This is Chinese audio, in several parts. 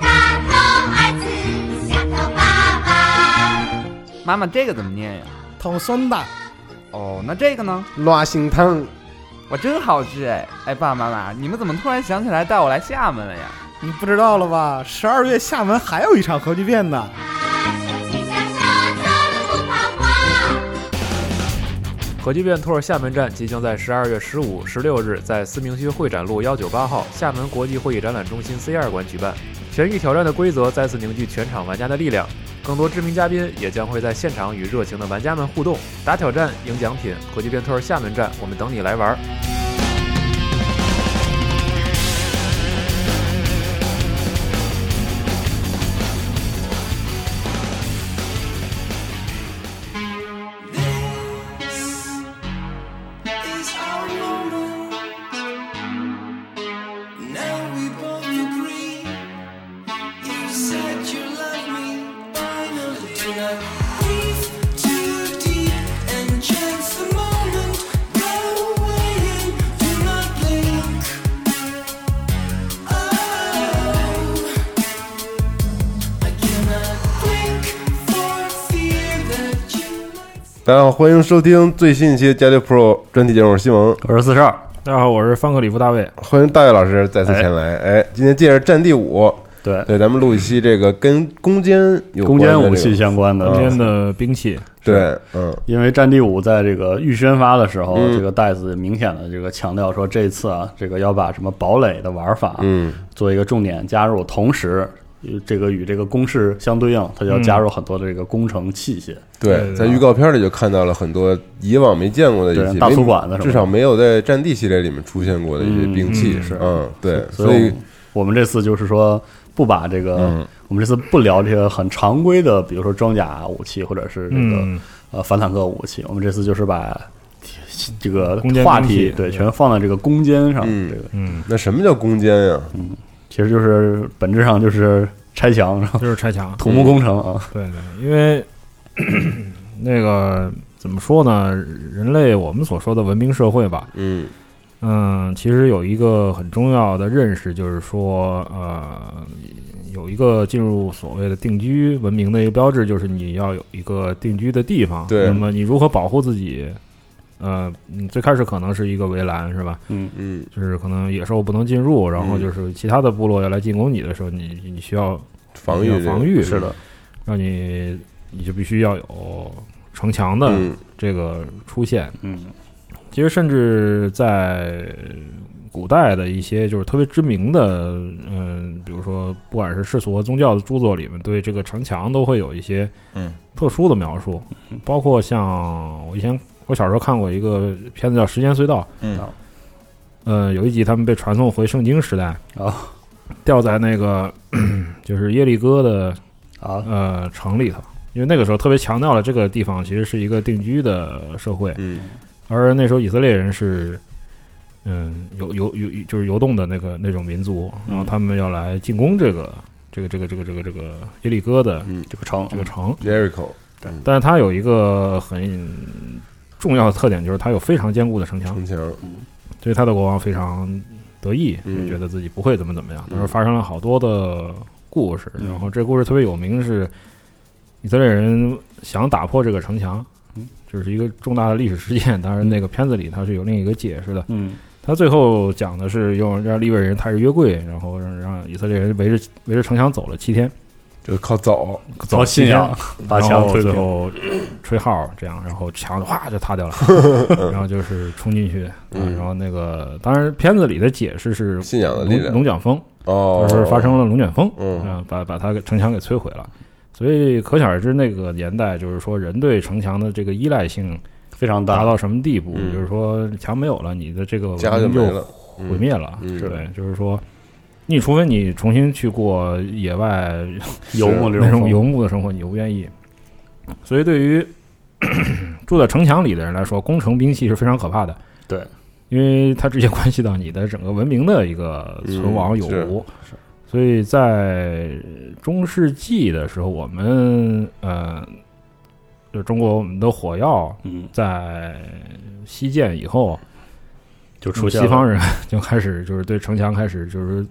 大头儿子，小头爸爸，妈妈，这个怎么念呀？头孙子，哦，那这个呢？乱心疼，我真好吃哎！哎，爸爸妈妈，你们怎么突然想起来带我来厦门了呀？你不知道了吧？十二月厦门还有一场核聚变呢。大手牵小手，走路不怕花。核聚变 Tour 厦门站即将在十二月十五、十六日在思明区会展路幺九八号厦门国际会议展览中心 C 二馆举办。全域挑战的规则再次凝聚全场玩家的力量，更多知名嘉宾也将会在现场与热情的玩家们互动，打挑战、赢奖品。核聚变 Tour 厦门站，我们等你来玩儿。 is our moment. Now we both agree. You said you love me finally. Tonight, breathe too deep and chance the moment. Go away and do not blink. Oh, I cannot blink for fear that you might. 大家好，欢迎收听最新一期《加六 Pro》专题节目，我是西蒙，我是四十二，大家好，我是范克里夫大卫。欢迎大卫老师再次前来。哎，今天借着《战地五》，对，对，咱们录一期这个跟攻坚有攻关的坚这个武器相关的嗯攻坚的兵器，对，嗯，因为《战地五》在这个预宣发的时候，嗯这个袋子明显的这个强调说，这次啊，这个要把什么堡垒的玩法，嗯，做一个重点加入，同时呃这个与这个公式相对应，它就要加入很多的这个工程器械。对，在预告片里就看到了很多以往没见过的一些对大粗管子什么的至少没有在《战地》系列里面出现过的一些兵器。是嗯，对，所所以我们这次就是说，不把这个、嗯我们这次不聊这个很常规的，比如说装甲武器或者是这个、嗯呃反坦克武器，我们这次就是把这个攻坚话兵题器对对全放在这个攻坚上，嗯这个嗯，那什么叫攻坚呀？其实就是本质上就是拆墙，然后就是拆墙。土木工程啊，对对，因为 那个怎么说呢？人类我们所说的文明社会吧，嗯嗯，其实有一个很重要的认识，就是说，呃，有一个进入所谓的定居文明的一个标志，就是你要有一个定居的地方。对那么你如何保护自己？呃，你最开始可能是一个围栏，是吧？嗯就是可能野兽不能进入，然后嗯就是其他的部落要来进攻你的时候，你你需要防御要这个嗯防御是的，让你你就必须要有城墙的嗯这个出现。嗯，其实甚至在古代的一些就是特别知名的，嗯、比如说不管是世俗和宗教的著作里面，对这个城墙都会有一些嗯特殊的描述，包括像我以前我小时候看过一个片子叫《时间隧道》，嗯呃，有一集他们被传送回圣经时代哦。掉在那个 就是耶利哥的啊，呃城里头，因为那个时候特别强调了这个地方其实是一个定居的社会，嗯而那时候以色列人是嗯游游游就是游动的那个那种民族，然后他们要来进攻这个这个这个这个这个这个耶利哥的这个城嗯这个城， ，Jericho，但是它有一个很重要的特点，就是它有非常坚固的城墙，城墙，所以他的国王非常得意，嗯也觉得自己不会怎么怎么样。但是发生了好多的故事，然后这故事特别有名是以色列人想打破这个城墙，这是一个重大的历史事件。当然，那个片子里它是有另一个解释的。嗯他最后讲的是用让利未人踏着约柜，然后让让以色列人围着围着城墙走了七天，就靠走，走了七信天仰，把然墙后推最平，后吹号这样，然后墙哗就塌 掉了，然后就是冲进去，嗯然后那个当然片子里的解释是信仰的力龙量龙卷风，哦就，是发生了龙卷风，嗯啊，把把它给城墙给摧毁了，所以可想而知那个年代就是说人对城墙的这个依赖性非常达大，到什么地步，嗯就是说墙没有了，你的这个家就文没明了，毁灭了，嗯对，就是说。你除非你重新去过野外游牧这那种风游牧的生活，你不愿意。所以，对于 住在城墙里的人来说，工程兵器是非常可怕的。对，因为它直接关系到你的整个文明的一个存嗯亡有无。所以在中世纪的时候，我们呃，就中国我们的火药嗯在西建以后，就出现西方人，人 就开始就是对城墙开始就是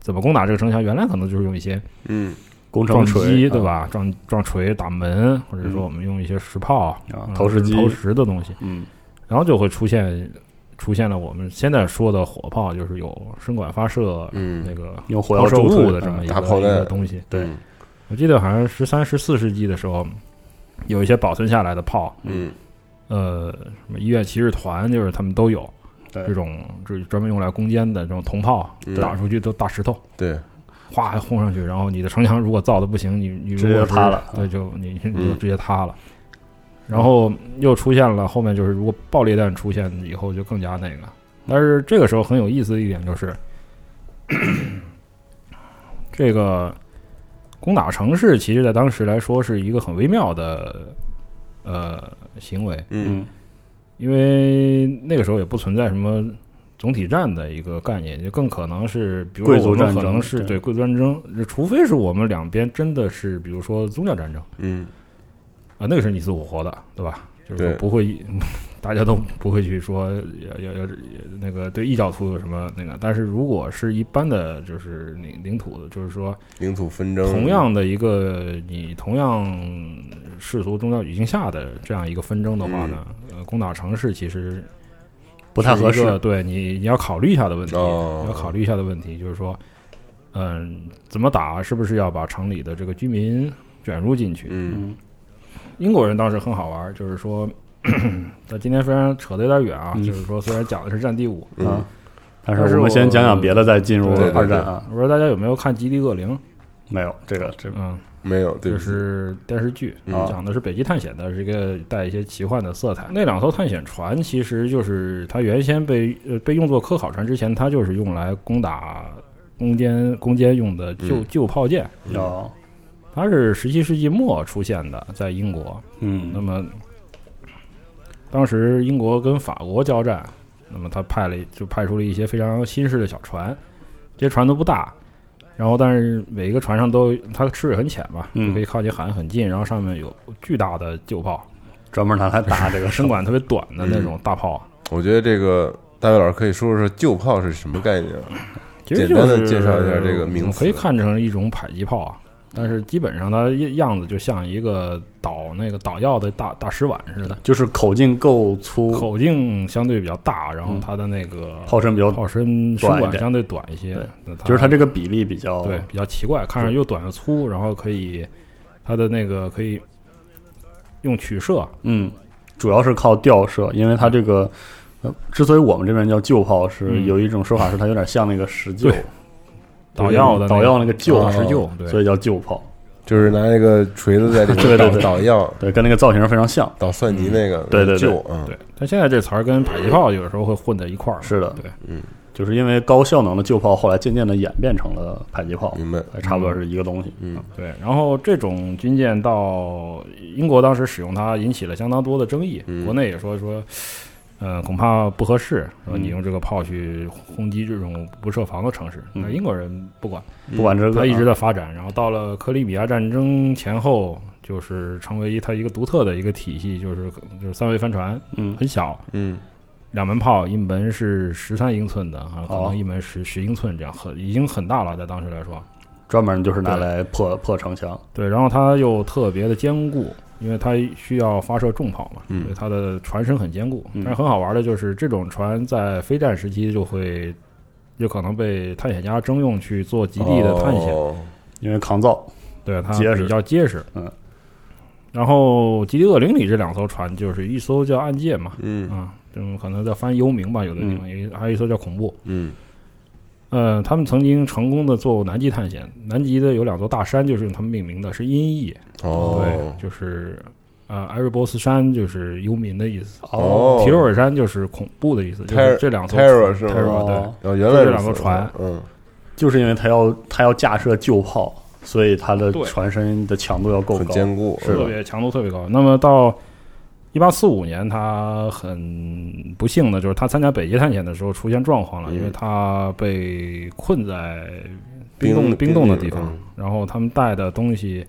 怎么攻打这个城墙，原来可能就是用一些嗯，工程撞锤啊嗯击，对？吧？撞撞锤打门，或者说我们用一些石炮、啊嗯投石机投石的东西，嗯然后就会出现出现了我们现在说的火炮，就是有声管发射，嗯那个用火抛药嗯射助物推的这么一打炮个一个弹东西。对，我记得好像十三、十四世纪的时候，有一些保存下来的炮，嗯呃，什么医院骑士团，就是他们都有对这种，就是专门用来攻坚的这种铜炮，嗯打出去都大石头，对，哗还轰上去，然后你的城墙如果造的不行，你你如直接果是塌了对，就你你就嗯直接塌了。然后又出现了后面就是，如果爆裂弹出现以后就更加那个。但是这个时候很有意思的一点就是，这个攻打城市，其实在当时来说是一个很微妙的呃行为，嗯嗯因为那个时候也不存在什么总体战的一个概念，就更可能是，比如说贵族我们战可能争是对对贵族战争，除非是我们两边真的是，比如说宗教战争嗯啊，那个是你死我活的，对吧？就是说对不会， 大家都不会去说要要要那个对异教徒有什么那个，但是如果是一般的，就是领领土的，就是说领土纷嗯争，同样的一个你同样世俗宗教语境下的这样一个纷争的话呢，嗯呃，攻打城市其实不太合是一个适，对你，你要考虑一下的问题，哦要考虑一下的问题就是说，嗯，怎么打？是不是要把城里的这个居民卷入进去？嗯嗯英国人当时很好玩，就是说， 但今天虽然扯得有点远啊，嗯就是说，虽然讲的是战地五，嗯啊。但但是是我们先我讲讲别的，再进入对对对二战啊。我不知道大家有没有看《极地恶灵》？没有这个这个嗯，没有，对不这起，是电视剧，嗯讲的是北极探险的，是一个带一些奇幻的色彩。那两艘探险船其实就是它原先被呃被用作科考船之前，它就是用来攻打攻坚攻坚用的旧、嗯旧炮舰。有它是十七世纪末出现的，在英国。那嗯么当时英国跟法国交战，那么他派了就派出了一些非常新式的小船，这些船都不大，然后但是每一个船上都它吃水很浅嘛，嗯就可以靠近海岸很近，然后上面有巨大的旧炮，专门拿来打这个声管。管特别短的那嗯种大炮，啊我觉得这个大卫老师可以说说旧炮是什么概念啊？其实简就单地是介绍一下这个名词可以看成一种迫击炮啊。但是基本上它样子就像一个倒那个倒药的大大石碗似的，就是口径够粗，口径相对比较大，然后嗯它的那个炮身比较，炮身哦身短一管点相对短一些对，那就是它这个比例比较啊对比较奇怪，看着又短又粗，然后可以它的那个可以用曲射，嗯，主要是靠吊射，因为它这个，呃，之所以我们这边叫旧炮，是嗯有一种说法是它有点像那个石臼对，导药的导药那个臼石臼，所对，以叫旧炮，就是拿那个锤子在里对面对捣对捣药、对，跟那个造型非常像，捣蒜泥那个，对对对旧啊，嗯对。但现在这词儿跟迫击炮有时候会混在一块儿，是的，对，嗯，就是因为高效能的旧炮后来渐渐的演变成了迫击炮，嗯明白，差不多是一个东西，嗯对。然后这种军舰到英国当时使用它，引起了相当多的争议，嗯国内也说说。呃，恐怕不合适，说你嗯用这个炮去轰击这种不设防的城市，那嗯英国人不管，不管这个嗯它一直啊在发展，然后到了克里米亚战争前后，就是成为它一个独特的一个体系，就是就是三桅帆船，嗯很小，嗯两门炮，一门是十三英寸的啊，可哦能一门十十英寸这样，很已经很大了，在当时来说。专门就是拿来破破城墙，对，然后它又特别的坚固，因为它需要发射重炮嘛，嗯所以它的船身很坚固。嗯但是很好玩的就是，这种船在非战时期就会有可能被探险家征用去做极地的探险。哦因为抗造，对，它结实比较结实。嗯。然后《极地恶灵》里这两艘船，就是一艘叫暗界嘛，嗯啊，这种可能叫翻译幽冥吧，有的地方，也还有一艘叫恐怖。嗯呃，他们曾经成功的做南极探险，南极的有两座大山就是用他们命名的，是音译，哦对，就是呃艾瑞波斯山就是幽冥的意思，哦提洛尔山就是恐怖的意思，就是 Terror- 这两艘 Terror 是吗 Terror，对，哦哦，原来这是两个船，嗯就是因为它要它要架设旧炮，所以它的对船身的强度要够很高，坚固，是特的别强度特别高。那么到一八四五年，他很不幸的就是他参加北极探险的时候出现状况了，嗯因为他被困在冰冻冰冰冻的地地方嗯，然后他们带的东西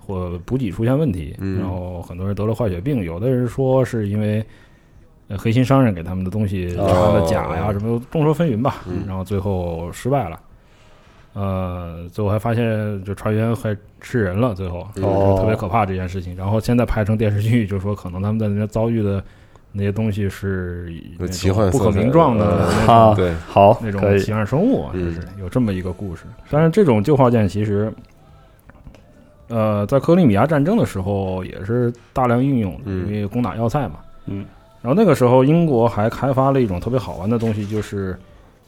或补给出现问题，嗯然后很多人得了坏血病，有的人说是因为。呃黑心商人给他们的东西哦查的假呀，什么众说纷纭吧嗯，然后最后失败了。呃，最后还发现就船员还吃人了，最后哦特别可怕这件事情。然后现在拍成电视剧，就说可能他们在那边遭遇的那些东西是那种奇幻不可色彩名状的嗯那种哈，对，好，那可种以奇，幻生物，就嗯是有这么一个故事。但是这种旧画件其实，呃，在克里米亚战争的时候也是大量应用的，嗯因为攻打要塞嘛。嗯。然后那个时候，英国还开发了一种特别好玩的东西，就是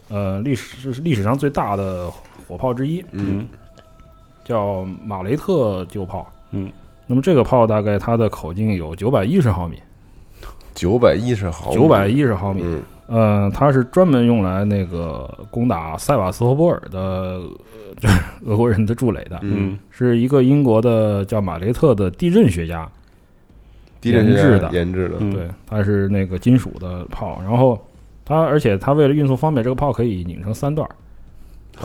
呃，历史是历史上最大的火炮之一，嗯叫马雷特旧炮。嗯。那么这个炮大概它的口径有九百一十毫米，九百一十毫米，九百一十毫米，嗯呃，它是专门用来那个攻打塞瓦斯托波尔的，呃就是俄国人的筑垒的，嗯，嗯是一个英国的叫马雷特的地震学家，地震研制的研制的，嗯对，它是那个金属的炮，然后它而且它为了运送方便，这个炮可以拧成三段儿，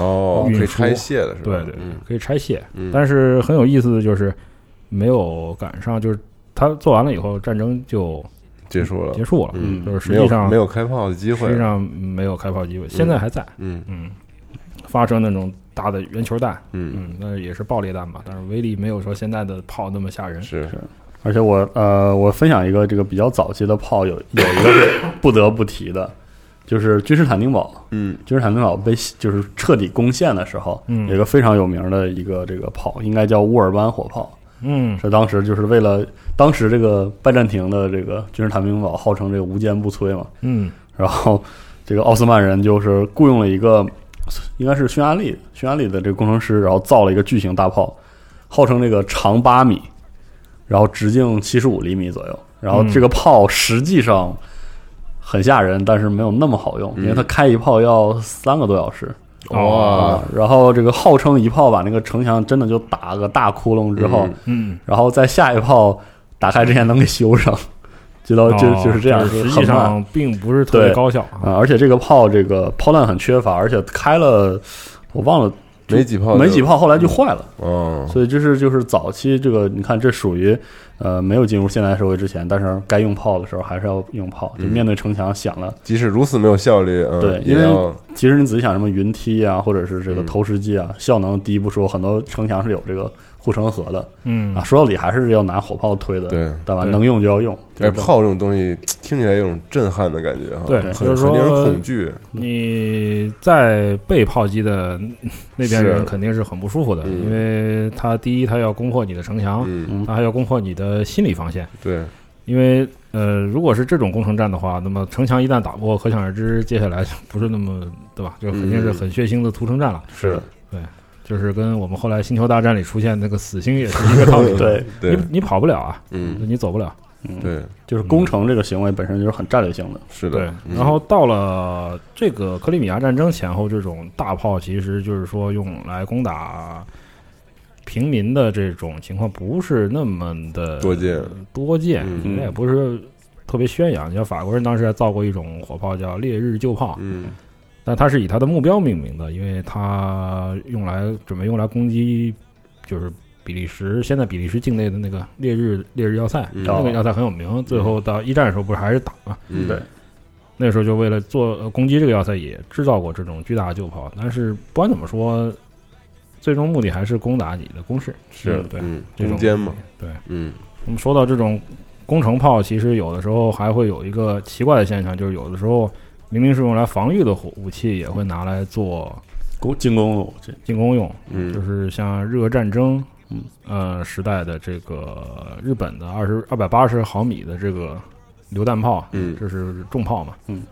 哦，嗯运可以输拆卸的是吧？对对对嗯，可以拆卸，嗯，但是很有意思的就是没有赶上，就是它做完了以后，战争就结束了结，束了，嗯就是实没有际上没有开炮的机会实际，上没有开炮机会，现在还在，嗯嗯，发射那种大的圆球弹。嗯，嗯，那也是爆裂弹吧，但是威力没有说现在的炮那么吓人。是而且我呃，我分享一个这个比较早期的炮有有一个是不得不提的，就是君士坦丁堡。嗯，君士坦丁堡被就是彻底攻陷的时候，嗯有一个非常有名的一个这个炮，应该叫乌尔班火炮，嗯是当时就是为了当时这个拜占庭的这个君士坦丁堡号称这个无坚不摧嘛，嗯然后这个奥斯曼人就是雇佣了一个应该是匈牙利匈牙利的这个工程师，然后造了一个巨型大炮，号称这个长八米，然后直径七十五厘米左右。然后嗯这个炮实际上很吓人，但是没有那么好用，因嗯为它开一炮要三个多小时。啊啊哦哇，然后这个号称一炮把那个城墙真的就打个大窟窿之后，嗯嗯，然后在下一炮打开之前能给修上， 就到就哦就是这样，实很际慢上并不是特别对高效啊、啊。而且这个炮这个炮弹很缺乏，而且开了我忘了没几炮，没几，炮，后来就坏了。哦，所以这是就是早期这个，你看这属于呃没有进入现代社会之前，但是该用炮的时候还是要用炮，就嗯面对城墙想了。即使如此没有效率，嗯，对也因为要其实你仔细想，什么云梯啊，或者是这个嗯投石机啊，效能低不说，很多城墙是有这个护城河的嗯啊。说到底还是要拿火炮推的，对。对吧？对能用就要用。哎，炮这种东西听起来有种震撼的感觉哈，对很就是说很令人恐惧，你在被炮击的那边是人肯定是很不舒服的，嗯因为他第一他要攻破你的城墙，嗯，嗯他还要攻破你的心理防线。对，因为呃，如果是这种攻城战的话，那么城墙一旦打破，可想而知，接下来就不是那么对吧？就肯定是很血腥的屠城战了。是的就是跟我们后来《星球大战》里出现那个死星也是一个道理。对，对你，你跑不了啊，嗯，你走不了。对，就是工程这个行为本身就是很战略性的。是对的，，嗯然后到了这个克里米亚战争前后，这种大炮其实就是说用来攻打平民的这种情况不是那么的多见，多见，嗯人家也不是特别宣扬。你像法国人当时还造过一种火炮叫烈日旧炮，嗯，但它是以它的目标命名的，因为它用来准备用来攻击就是比利时现在比利时境内的那个烈日烈日要塞，嗯那个要塞很有名。最后到一战的时候不是还是打嘛，嗯对，那时候就为了做、呃攻击这个要塞，也制造过这种巨大的旧炮。但是不管怎么说，最终目的还是攻打你的工事。是，对嗯，这种中间嘛，对，嗯，我们说到这种工程炮，其实有的时候还会有一个奇怪的现象，就是有的时候明明是用来防御的火武器，也会拿来做攻进攻了，我这进攻用。嗯就是像日俄战争，嗯呃时代的这个日本的二十二百八十毫米的这个榴弹炮，嗯这是重炮嘛，嗯，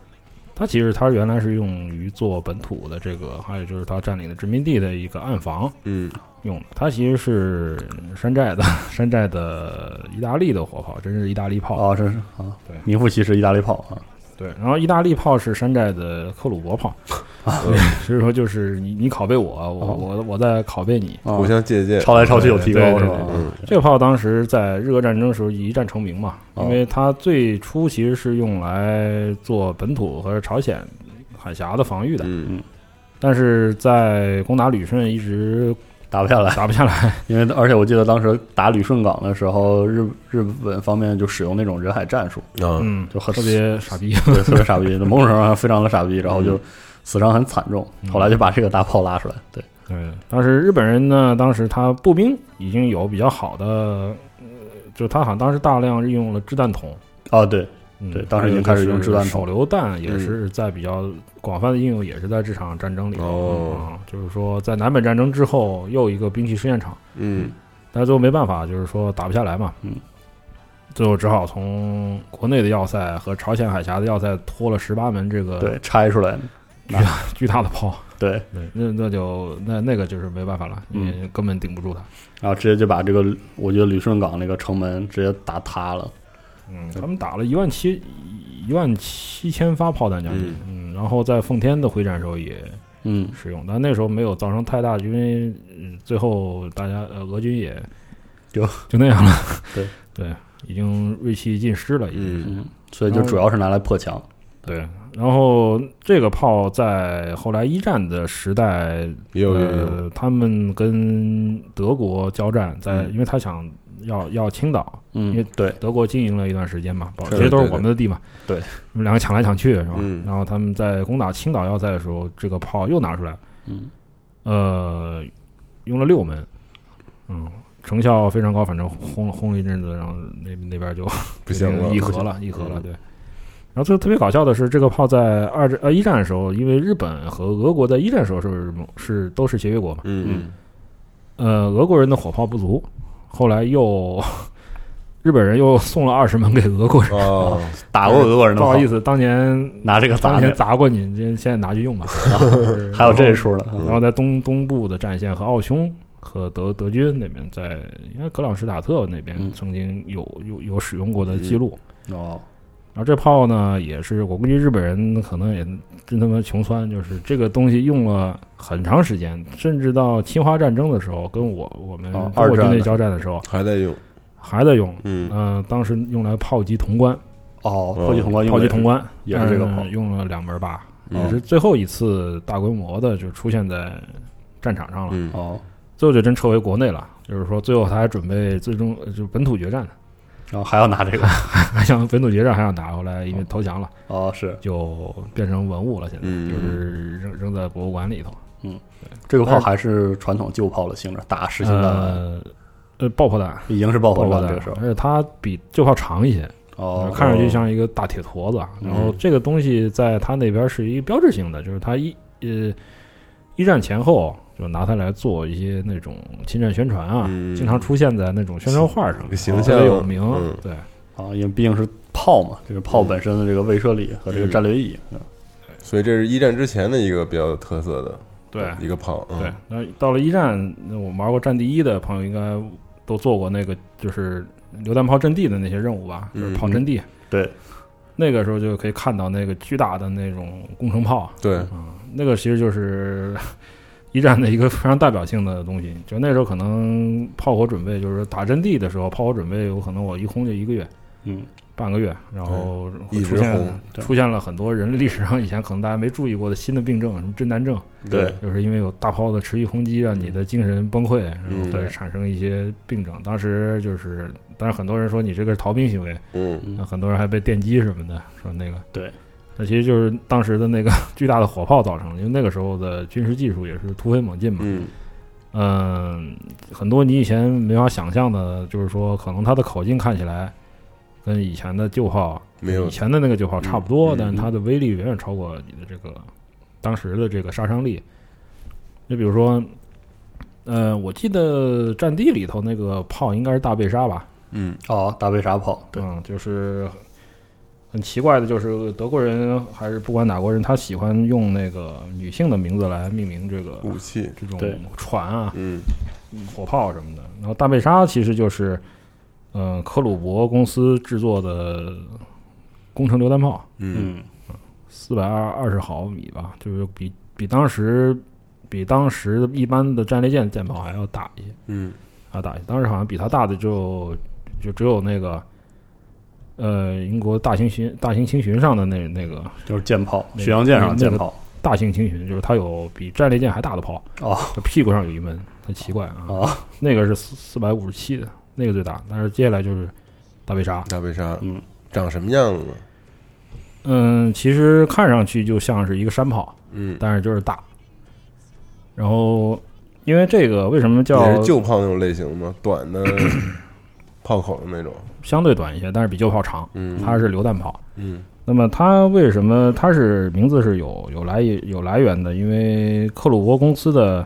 它其实它原来是用于做本土的这个，还有就是它占领的殖民地的一个暗防嗯，用的，它其实是山寨的山寨的意大利的火炮，真是意大利炮，啊，这是啊，对名副其实意大利炮啊，对，然后意大利炮是山寨的克鲁伯 炮，所以说就是你你拷贝我，我、啊哦我我在拷贝你。啊互相借鉴，抄来抄去有提高对对是对吧？嗯这个炮当时在日俄战争的时候一战成名嘛，哦因为它最初其实是用来做本土和朝鲜海峡的防御的，嗯但是在攻打旅顺一直打不下来，打不下来。因为而且我记得当时打旅顺港的时候，日日本方面就使用那种人海战术，啊，嗯，就很特别傻逼。对特别傻逼，某种程度上非常的傻逼，然后嗯就死伤很惨重。后来就把这个大炮拉出来，对，对，当时日本人呢，当时他步兵已经有比较好的，呃就他好像当时大量利用了掷弹筒，哦对，嗯对当时已经开始用掷弹筒嗯还有就是手榴弹也是在比较广泛的应用，也是在这场战争里。哦嗯，就是说在南北战争之后又一个兵器试验场，嗯但是最后没办法，就是说打不下来嘛，嗯，最后只好从国内的要塞和朝鲜海峡的要塞拖了十八门这个对拆出来的，巨大的炮，对，对，那那就那那个就是没办法了，嗯你根本顶不住它。然后直接就把这个我觉得旅顺港那个城门直接打塌了，嗯，他们打了一万七一万七千发炮弹将近，嗯然后在奉天的会战时候也嗯使用，但那时候没有造成太大，因为、嗯最后大家呃俄军也就 就那样了，对 对，已经锐气尽失了，已经、嗯嗯，所以就主要是拿来破墙，对。然后这个炮在后来一战的时代，有有有，呃，他们跟德国交战在，嗯因为他想要要青岛，因为嗯对，德国经营了一段时间嘛，保是其实都是对对我们的地嘛，对你们两个抢来抢去是吧？嗯然后他们在攻打青岛要塞的时候，这个炮又拿出来，嗯呃，用了六门，嗯，成效非常高，反正轰了轰了一阵子，然后那那边就不行了， 嗯议和了，议和了，对。然后最特别搞笑的是，这个炮在二战呃一战的时候，因为日本和俄国在一战的时候是是都是协约国嘛，嗯呃，俄国人的火炮不足，后来又日本人又送了二十门给俄国人。嗯啊，打过俄国人的 不好意思， 思，当年拿这个砸当你年，砸过你，这现在拿去用吧。 还有这一出呢，然后在东东部的战线和奥匈和德德军那边，在应该格朗施塔特那边嗯曾经有有有使用过的记录。哦，然后这炮呢，也是我估计日本人可能也真他妈穷酸，就是这个东西用了很长时间，甚至到侵华战争的时候，跟我我们哦中国二战军队的交战的时候还在用，还在用。嗯呃，当时用来炮击潼关，哦，炮击潼关，炮击潼，关也是这个呃炮用了两门八，嗯也是最后一次大规模的就出现在战场上了。嗯哦，最后就真撤回国内了，就是说最后他还准备最终呃就本土决战 呢，然后还要拿这个，还想本土决战还想打，后来因为投降了，哦，是就变成文物了，现在嗯就是扔扔在博物馆里头。这个炮还是传统旧炮的性质，打实心弹丸，呃呃，爆破弹，已经是爆破破弹了，弹这个时，候，而且它比旧炮长一些，哦，呃看上去像一个大铁坨子。啊然后嗯这个东西在它那边是一个标志性的，就是它一呃一战前后就拿它来做一些那种侵占宣传啊，嗯经常出现在那种宣传画上，形特象别有名。嗯对，啊，因为毕竟是炮嘛，这个炮本身的这个威慑力和这个战略意义，嗯所以这是一战之前的一个比较有特色的对一个炮，嗯对，，那到了一战，那我们玩过《战地一》的朋友应该都做过那个就是榴弹炮阵地的那些任务吧，就是嗯炮阵地。对，那个时候就可以看到那个巨大的那种工程炮，对，那个其实就是 一战的一个非常代表性的东西。就那时候可能炮火准备，就是打阵地的时候，炮火准备有可能我一轰就一个月。嗯，半个月，然后一出直现轰对出现了很多人类历史上以前可能大家没注意过的新的病症，什么震旦症，对，就是因为有大炮的持续轰击，让你的精神崩溃，然后嗯会产生一些病症。当时就是，当然很多人说你这个是逃兵行为，嗯嗯那很多人还被电击什么的，说那个对。那其实就是当时的那个 巨大的火炮造成的，因为那个时候的军事技术也是突飞猛进嘛。嗯嗯，很多你以前没法想象的，就是说可能它的口径看起来跟以前的旧炮没有以前的那个旧炮差不嗯多，嗯但是它的威力远远超过你的这个当时的这个杀伤力。就比如说，呃，我记得《战地》里头那个炮应该是大贝沙吧？嗯哦，大贝沙炮，对，嗯，就是很奇怪的，就是德国人还是不管哪国人，他喜欢用那个女性的名字来命名这个武器，这种对船啊、嗯火炮什么的。然后大贝沙其实就是，嗯、科鲁伯公司制作的工程榴弹炮，嗯嗯，四百二二十毫米吧，就是比比当时比当时一般的战列舰舰炮还要大一些，嗯还要大一些。当时好像比它大的就就只有那个。呃，英国大型巡大型轻巡上的那那个就是舰炮，那个巡洋舰上的舰炮，大型轻巡，就是它有比战列舰还大的炮，哦就屁股上有一门，很奇怪啊。哦，那个是四四百五十七的，那个最大，但是接下来就是大贝沙。大白鲨，嗯，长什么样子？嗯，其实看上去就像是一个山炮，嗯，但是就是大。然后，因为这个为什么也叫是旧炮那种类型吗？短的 炮口的那种。相对短一些，但是比旧炮长，嗯，它是榴弹炮。嗯那么它为什么它是名字是有有来有来源的？因为克鲁伯公司的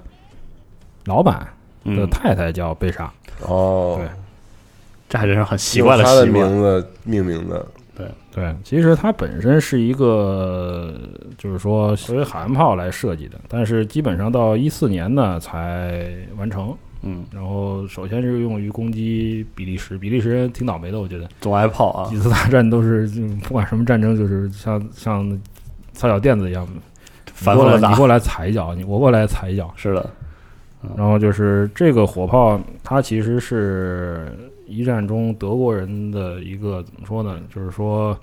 老板的嗯，太太叫贝莎，哦，对这还真是很奇怪用他的习惯。名字命名的。对，其实它本身是一个，就是说作为海岸炮来设计的，但是基本上到一四年呢才完成。嗯，然后首先是用于攻击比利时，比利时人挺倒霉的，我觉得总爱炮啊几，次大战都是就不管什么战争，就是像像擦脚垫子一样，反你复过的来你打。过来踩一脚，你我过来踩一脚，是的，然后就是这个火炮，它其实是一战中德国人的一个怎么说呢？就是说，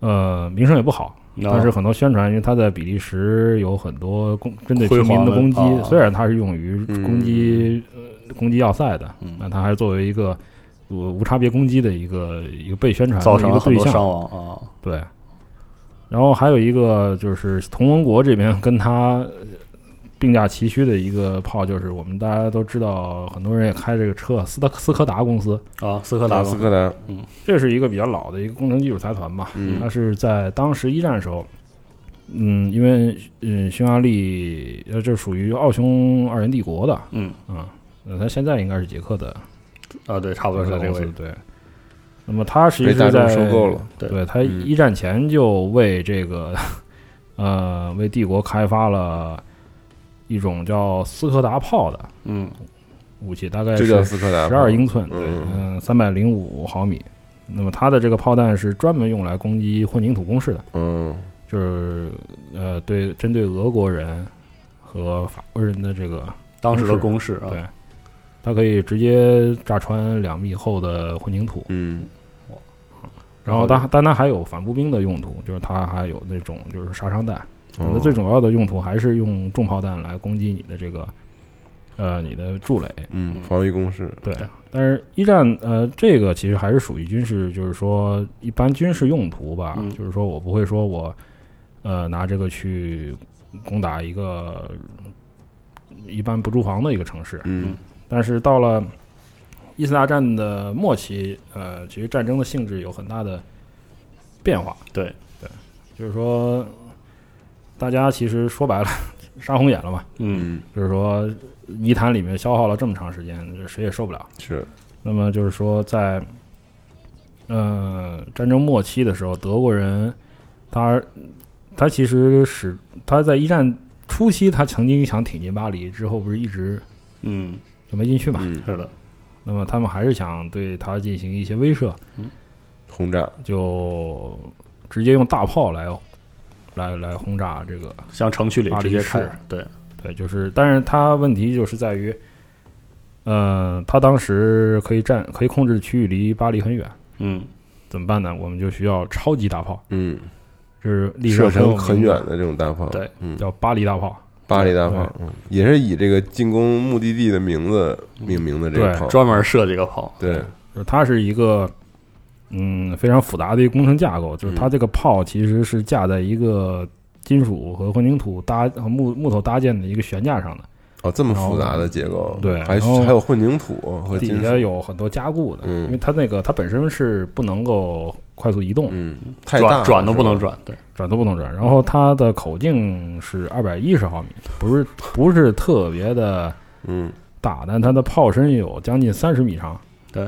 呃，名声也不啊好，但是很多宣传，因为它在比利时有很多攻针对平民的攻击辉煌的，啊虽然它是用于攻击、呃攻击要塞的嗯，那它还作为一个。呃无差别攻击的一个一个被宣传的造成一个了很对多象，伤亡啊。对，然后还有一个就是同盟国这边跟它并驾齐驱的一个炮，就是我们大家都知道，很多人也开这个车，斯特斯柯达公司，啊，斯柯达达斯柯达，这是一个比较老的一个工程技术财团吧，嗯它是在当时一战的时候。嗯，因为嗯，匈牙利呃，这属于奥匈二人帝国的，嗯啊，呃，它现在应该是捷克的，啊，对，差不多是在这个公位司置。对。那么它实际被大是在众收购了。对对他嗯一战前就为这个，呃，为帝国开发了一种叫斯柯达炮的嗯武器，大概就是叫斯柯达炮十二英寸，对，嗯嗯，三百零五毫米。那么它的这个炮弹是专门用来攻击混凝土工事的，嗯，就是呃，对，针对俄国人和法国人的这个，当时的攻势啊，对，它可以直接炸穿两米厚的混凝土。嗯，然后它，但它还有反步兵的用途，就是它还有那种就是杀伤弹。那哦最主要的用途还是用重炮弹来攻击你的这个，呃，你的筑垒。嗯，防御工事，对，但是一战，呃，这个其实还是属于军事，就是说一般军事用途吧。嗯就是说我不会说我，呃，拿这个去攻打一个一般不驻防的一个城市。嗯但是到了一次大战的末期，呃，其实战争的性质有很大的变化。对对，就是说，大家其实说白了， 杀红眼了嘛。嗯，嗯，就是说，泥潭里面消耗了这么长时间，这谁也受不了。是，那么就是说在，呃战争末期的时候，德国人他他其实是他在一战初期，他曾经想挺进巴黎，之后不是一直嗯，就没进去嘛。嗯，是的，那么他们还是想对他进行一些威慑，轰炸，就直接用大炮来来来轰炸这个。像城区里直接巴黎开市，对，嗯对，就是，但是他问题就是在于，呃，他当时可以占可以控制区域离巴黎很远，嗯，怎么办呢？我们就需要超级大炮，嗯，就是历史射上有程名的很远的这种大炮，对，嗯，叫巴黎大炮。巴黎大炮，嗯，也是以这个进攻目的地的名字命名的这个对炮，专门设计个炮，对，就是它是一个嗯非常复杂的一个工程架构，就是嗯它这个炮其实是架在一个金属和混凝土搭和木木头搭建的一个悬架上的，哦，这么复杂的结构，对还然后还有混凝土和金底属下，有很多加固的，嗯因为它那个它本身是不能够快速移动，嗯，太大了转转都不能，是吧转，对，转都不能转，然后它的口径是二百一十毫米，不是不是特别的嗯，大，但它的炮身有将近三十米长，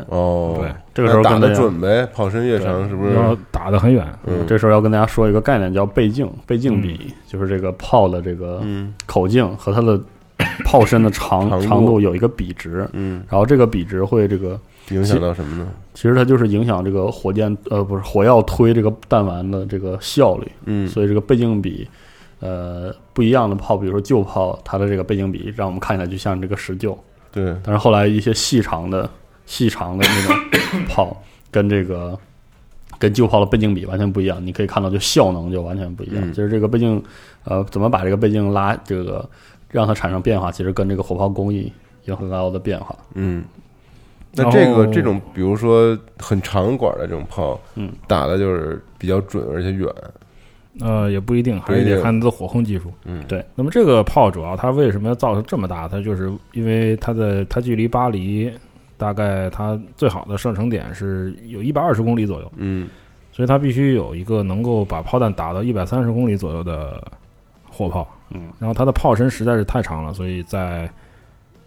哦，对，这个时候那打跟大得家，准呗，炮身越长是不是然？后打得很远，嗯，这时候要跟大家说一个概念，叫倍镜，倍镜比就是这个炮的这个嗯口径和它的炮身的长长度长度有一个比值，嗯，然后这个比值会这个，影响到什么呢？其实它就是影响这个火箭呃不是火药推这个弹丸的这个效率，嗯，所以这个倍镜比，呃，不一样的炮，比如说旧炮，它的这个倍镜比让我们看起来就像这个石臼，对，但是后来一些细长的、细长的那种炮，跟这个跟旧炮的背景比完全不一样。你可以看到，就效能就完全不一样。嗯就是这个背景，呃，怎么把这个背景拉这个让它产生变化，其实跟这个火炮工艺有很高的变化。嗯，那然这个后这种，比如说很长管的这种炮，嗯，打的就是比较准而且远，呃，也不一定，还是得看它的火控技术。嗯对。那么这个炮主要它为什么要造成这么大？它就是因为它的它距离巴黎大概它最好的射程点是有一百二十公里左右，嗯所以它必须有一个能够把炮弹打到一百三十公里左右的火炮。嗯，然后它的炮身实在是太长了，所以在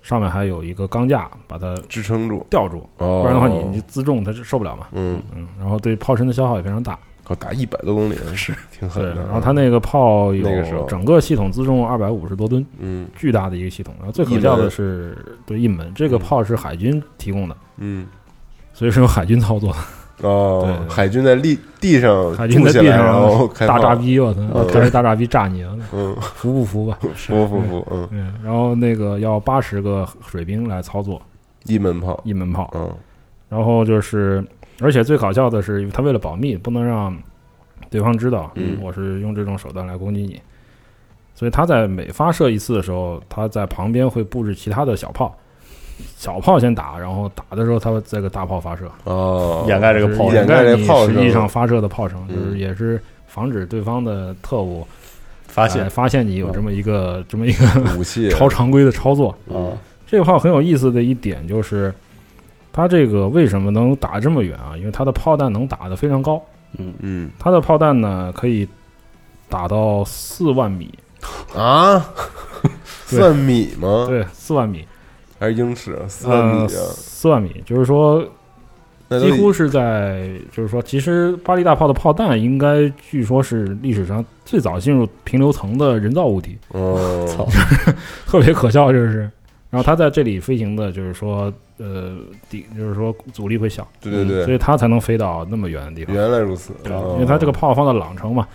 上面还有一个钢架把它支撑住，吊住，哦，不然的话你你自重它是受不了嘛。嗯，嗯，然后对炮身的消耗也非常大。靠，打一百多公里是挺狠对，的啊，然后它那个炮有那个时候整个系统自重二百五十多吨，嗯巨大的一个系统。然后最可笑的是，对一门这个炮是海军提供的，嗯。所以是由海军操作的。对哦对，对海军在地地上海军住在起地来，然后上开大炮炸，逼，我操，嗯开着大炸逼炸你啊，嗯，服不服吧？服服服，嗯，嗯，然后那个要八十个水兵来操作一门炮，一门炮，嗯然后就是，而且最搞笑的是，他为了保密，不能让对方知道嗯我是用这种手段来攻击你，所以他在每发射一次的时候，他在旁边会布置其他的小炮，小炮先打，然后打的时候他会再给大炮发射，哦， 掩盖这个炮就是掩盖掩盖你这炮声实际上发射的炮声，就嗯是也是防止对方的特务发现哎发现你有这么一个这么 一个武器， 嗯超常规的操作，啊，这个炮很有意思的一点就是，它这个为什么能打这么远啊？因为它的炮弹能打得非常高，嗯它的炮弹呢可以打到四万米，啊， 对算米吗？对，四万米，还是英尺？嗯四万呃，米啊，四万米，就是说那都几乎是在，就是说，其实巴黎大炮的炮弹应该据说是历史上最早进入平流层的人造物体， 哦，操特别可笑，就是。然后它在这里飞行的，就是说，呃，底就是说阻力会小，嗯对对对所以它才能飞到那么远的地方。原来如此，哦因为它这个炮放到朗城嘛，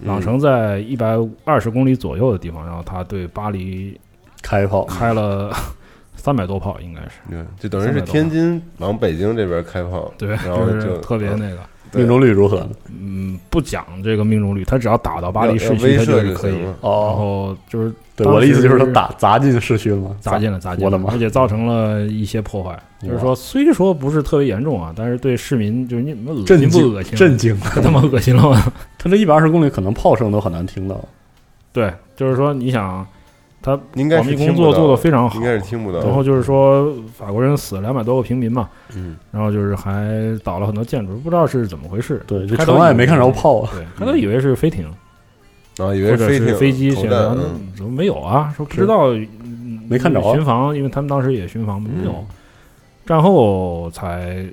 嗯朗城在一百二十公里左右的地方，然后它对巴黎开炮，开了三百多炮，应该是你看，就等于是天津往北京这边开炮，对，然后就是就嗯特别那个，对命中率如何呢？嗯，不讲这个命中率，它只要打到巴黎市要区，威它慑是就可以行。了，然哦，后就是对，当我的意思就是时他打砸进市区了吗？砸进了，砸进了，我的妈而且造成了一些破坏。就是说，虽说不是特别严重啊，但是对市民就是你们恶震心不恶惊，心？震惊！ 太他妈恶心了吧！他这一百二十公里可能炮声都很难听到。 对，就是说你想，它应该保是密听工不作到做得非常好，应该是听不到，然后就是说，法国人死了两百多个平民嘛，嗯，然后就是还倒了很多建筑，不知道是怎么回事。对，这开头城外也以为没看着炮啊。对，他都以为是飞艇然啊后以或为者飞是艇、飞机，投现在弹，嗯嗯怎么没有啊？说不知道，嗯没看着啊巡防，因为他们当时也巡防没有嗯。战后才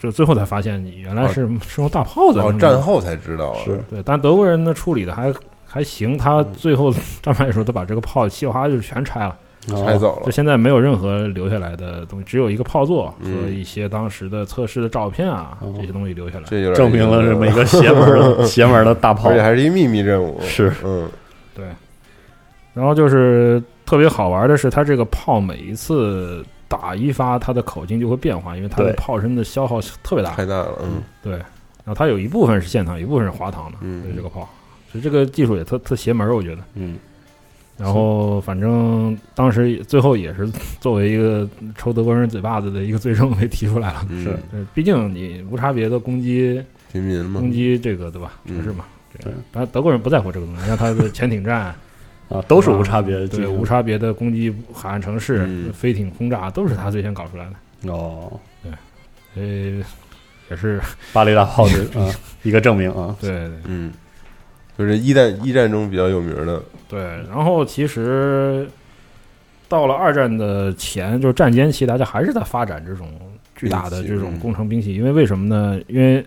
就最后才发现，你原来是是用大炮在哦弄，的战后才知道啊，是对，但德国人呢处理的还还行，他嗯最后战败的时候，他把这个炮稀里哗啦就全拆了。拆走了就，现在没有任何留下来的东西，只有一个炮座嗯和一些当时的测试的照片啊，哦这些东西留下来。这有点证明了这么一个邪门儿的邪门儿的大炮而，且还是一秘密任务，是嗯对，然后就是特别好玩的是，它这个炮每一次打一发，它的口径就会变化，因为它的对炮身的消耗特别大。太大了，嗯对，然后它有一部分是现膛，一部分是滑膛的，嗯对这个炮，所以这个技术也特特邪门儿，我觉得。嗯，然后，反正当时也最后也是作为一个抽德国人嘴巴子的一个罪证被提出来了。嗯是对，毕竟你无差别的攻击平民嘛，攻击这个对吧？嗯城市嘛，这个对当然德国人不在乎这个东西，像他的潜 艇战，啊，都是无差别对进行无差别的攻击海岸城市、嗯飞艇轰炸，都是他最先搞出来的。哦，呃，嗯也是巴黎大炮的 啊一个证明啊，对嗯，就是一战一战中比较有名的，对。然后其实到了二战的前，就是战间期，大家还是在发展这种巨大兵的器这种嗯工程兵器，因为为什么呢？因为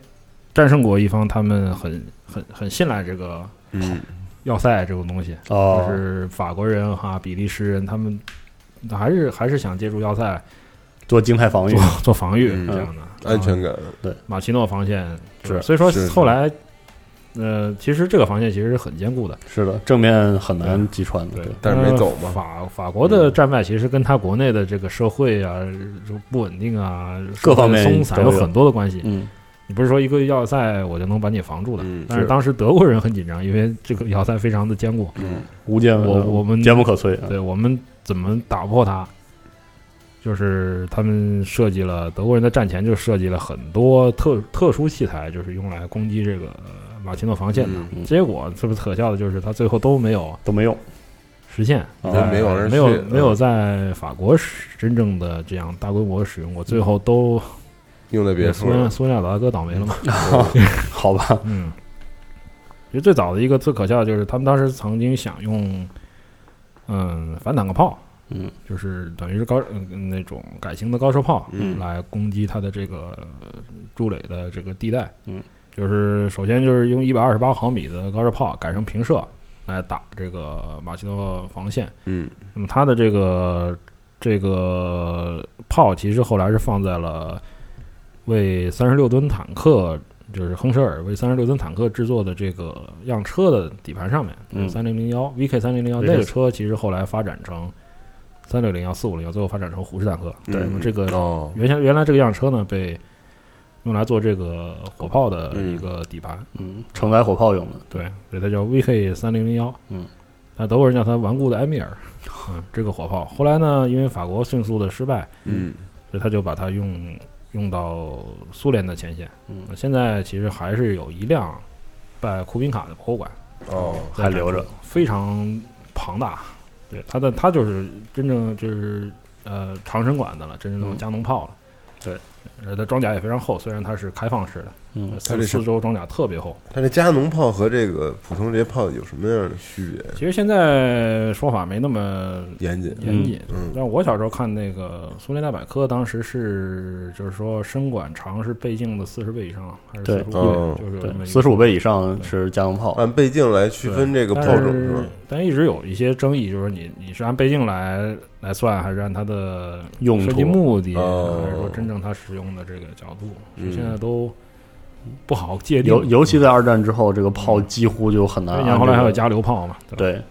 战胜国一方他们很很很信赖这个嗯要塞这种东西，哦就，是法国人哈、比利时人，他们 还是还是想借助要塞做静态防御做，做防御嗯这样的安。全然后感，马奇诺防线是所以说是后来，呃，其实这个防线其实是很坚固的，是的，正面很难击穿的，对对，，但是没走嘛呃法法国的战败其实跟他国内的这个社会啊、就不稳定啊、嗯各方面社会的松散都有有很多的关系。嗯，你不是说一个要塞我就能把你防住的。嗯但是是当时德国人很紧张，因为这个要塞非常的坚固，无坚我我们坚不可摧。对我们怎么打破它？就是他们设计了德国人在战前就设计了很多特特殊器材，就是用来攻击这个呃马奇诺防线的。嗯结果这不是可笑的，就是他最后都没有都没用，实现，人没往那儿没有去没有在法国使真正的这样大规模使用过，最后都用在别处苏联苏联老大哥倒霉了嘛。 好吧，嗯，其实最早的一个最可笑的就是他们当时曾经想用，嗯，反坦克炮，嗯，就是等于是高嗯那种改型的高射炮，嗯来攻击它的这个呃筑垒的这个地带，嗯，就是首先就是用一百二十八毫米的高射炮改成平射来打这个马奇诺防线，嗯那么它的这个这个炮其实后来是放在了为三十六吨坦克，就是亨舍尔为三十六吨坦克制作的这个样车的底盘上面，嗯三零零幺 VK 三零零幺对那个车其实后来发展成三六零幺、四五零幺，最后发展成虎式坦克。对那么这个哦原先原来这个样车呢被用来做这个火炮的一个底盘，嗯，承载火炮用的，对，所以它叫 VK 三零零幺。嗯，那德国人叫它顽固的埃米 尔，嗯，这个火炮。后来呢，因为法国迅速的失败，嗯所以他就把它用用到苏联的前线。嗯，现在其实还是有一辆拜库宾卡的博物馆哦在还留着南京，非常庞大。对，它的它就是真正就是呃长城管的了，真正那种嗯加农炮了。对，呃，它装甲也非常厚，虽然它是开放式的，嗯，它它这是四周装甲特别厚。它这加农炮和这个普通这些炮有什么样的区别？其实现在说法没那么严谨，严谨。嗯但我小时候看那个《苏联大百科》，当时是就是说身管长是倍镜的四十倍以上，还是四对十哦五倍？就是有这么对，一个四十五倍以上是家用呃炮，按倍镜来区分这个炮种但是吧？但一直有一些争议，就是你你是按倍镜来来算，还是按它的用设途计目的，哦还是说真正它使用的这个角度，嗯现在都不好界定。嗯尤尤其在二战之后，这个炮几乎就很难按这个。然后后来还有加流炮嘛，对吧对，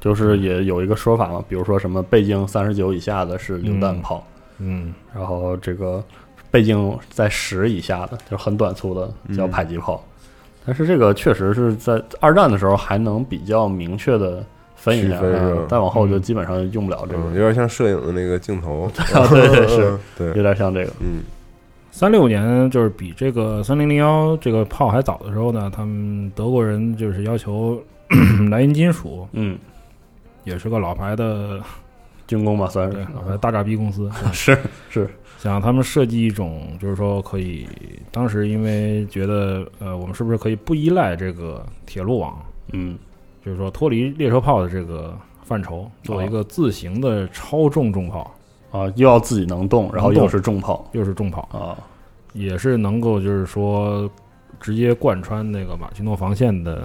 就是也有一个说法嘛，比如说什么倍镜三十九以下的是榴弹炮，嗯，然后这个倍镜在十以下的就是很短促嗯的叫迫击炮。但是这个确实是在二战的时候还能比较明确的分一下区分是吧，再往后就基本上用不了这嗯， 个，有点像摄影的那个镜头， 嗯对对是，有对，点像这个，嗯三六年就是比这个三零零幺这个炮还早的时候呢，他们德国人就是要求 莱茵金属嗯，也是个老牌的，军工吧算对是，老牌大炸逼 公司，是是，想让他们设计一种，就是说可以，当时因为觉得呃，我们是不是可以不依赖这个铁路网，嗯就是说脱离猎车炮的这个范畴，做一个自行的超重重炮，啊，又要自己能动，然后能又动是重炮又是重炮，啊，也是能够就是说直接贯穿那个马奇诺防线的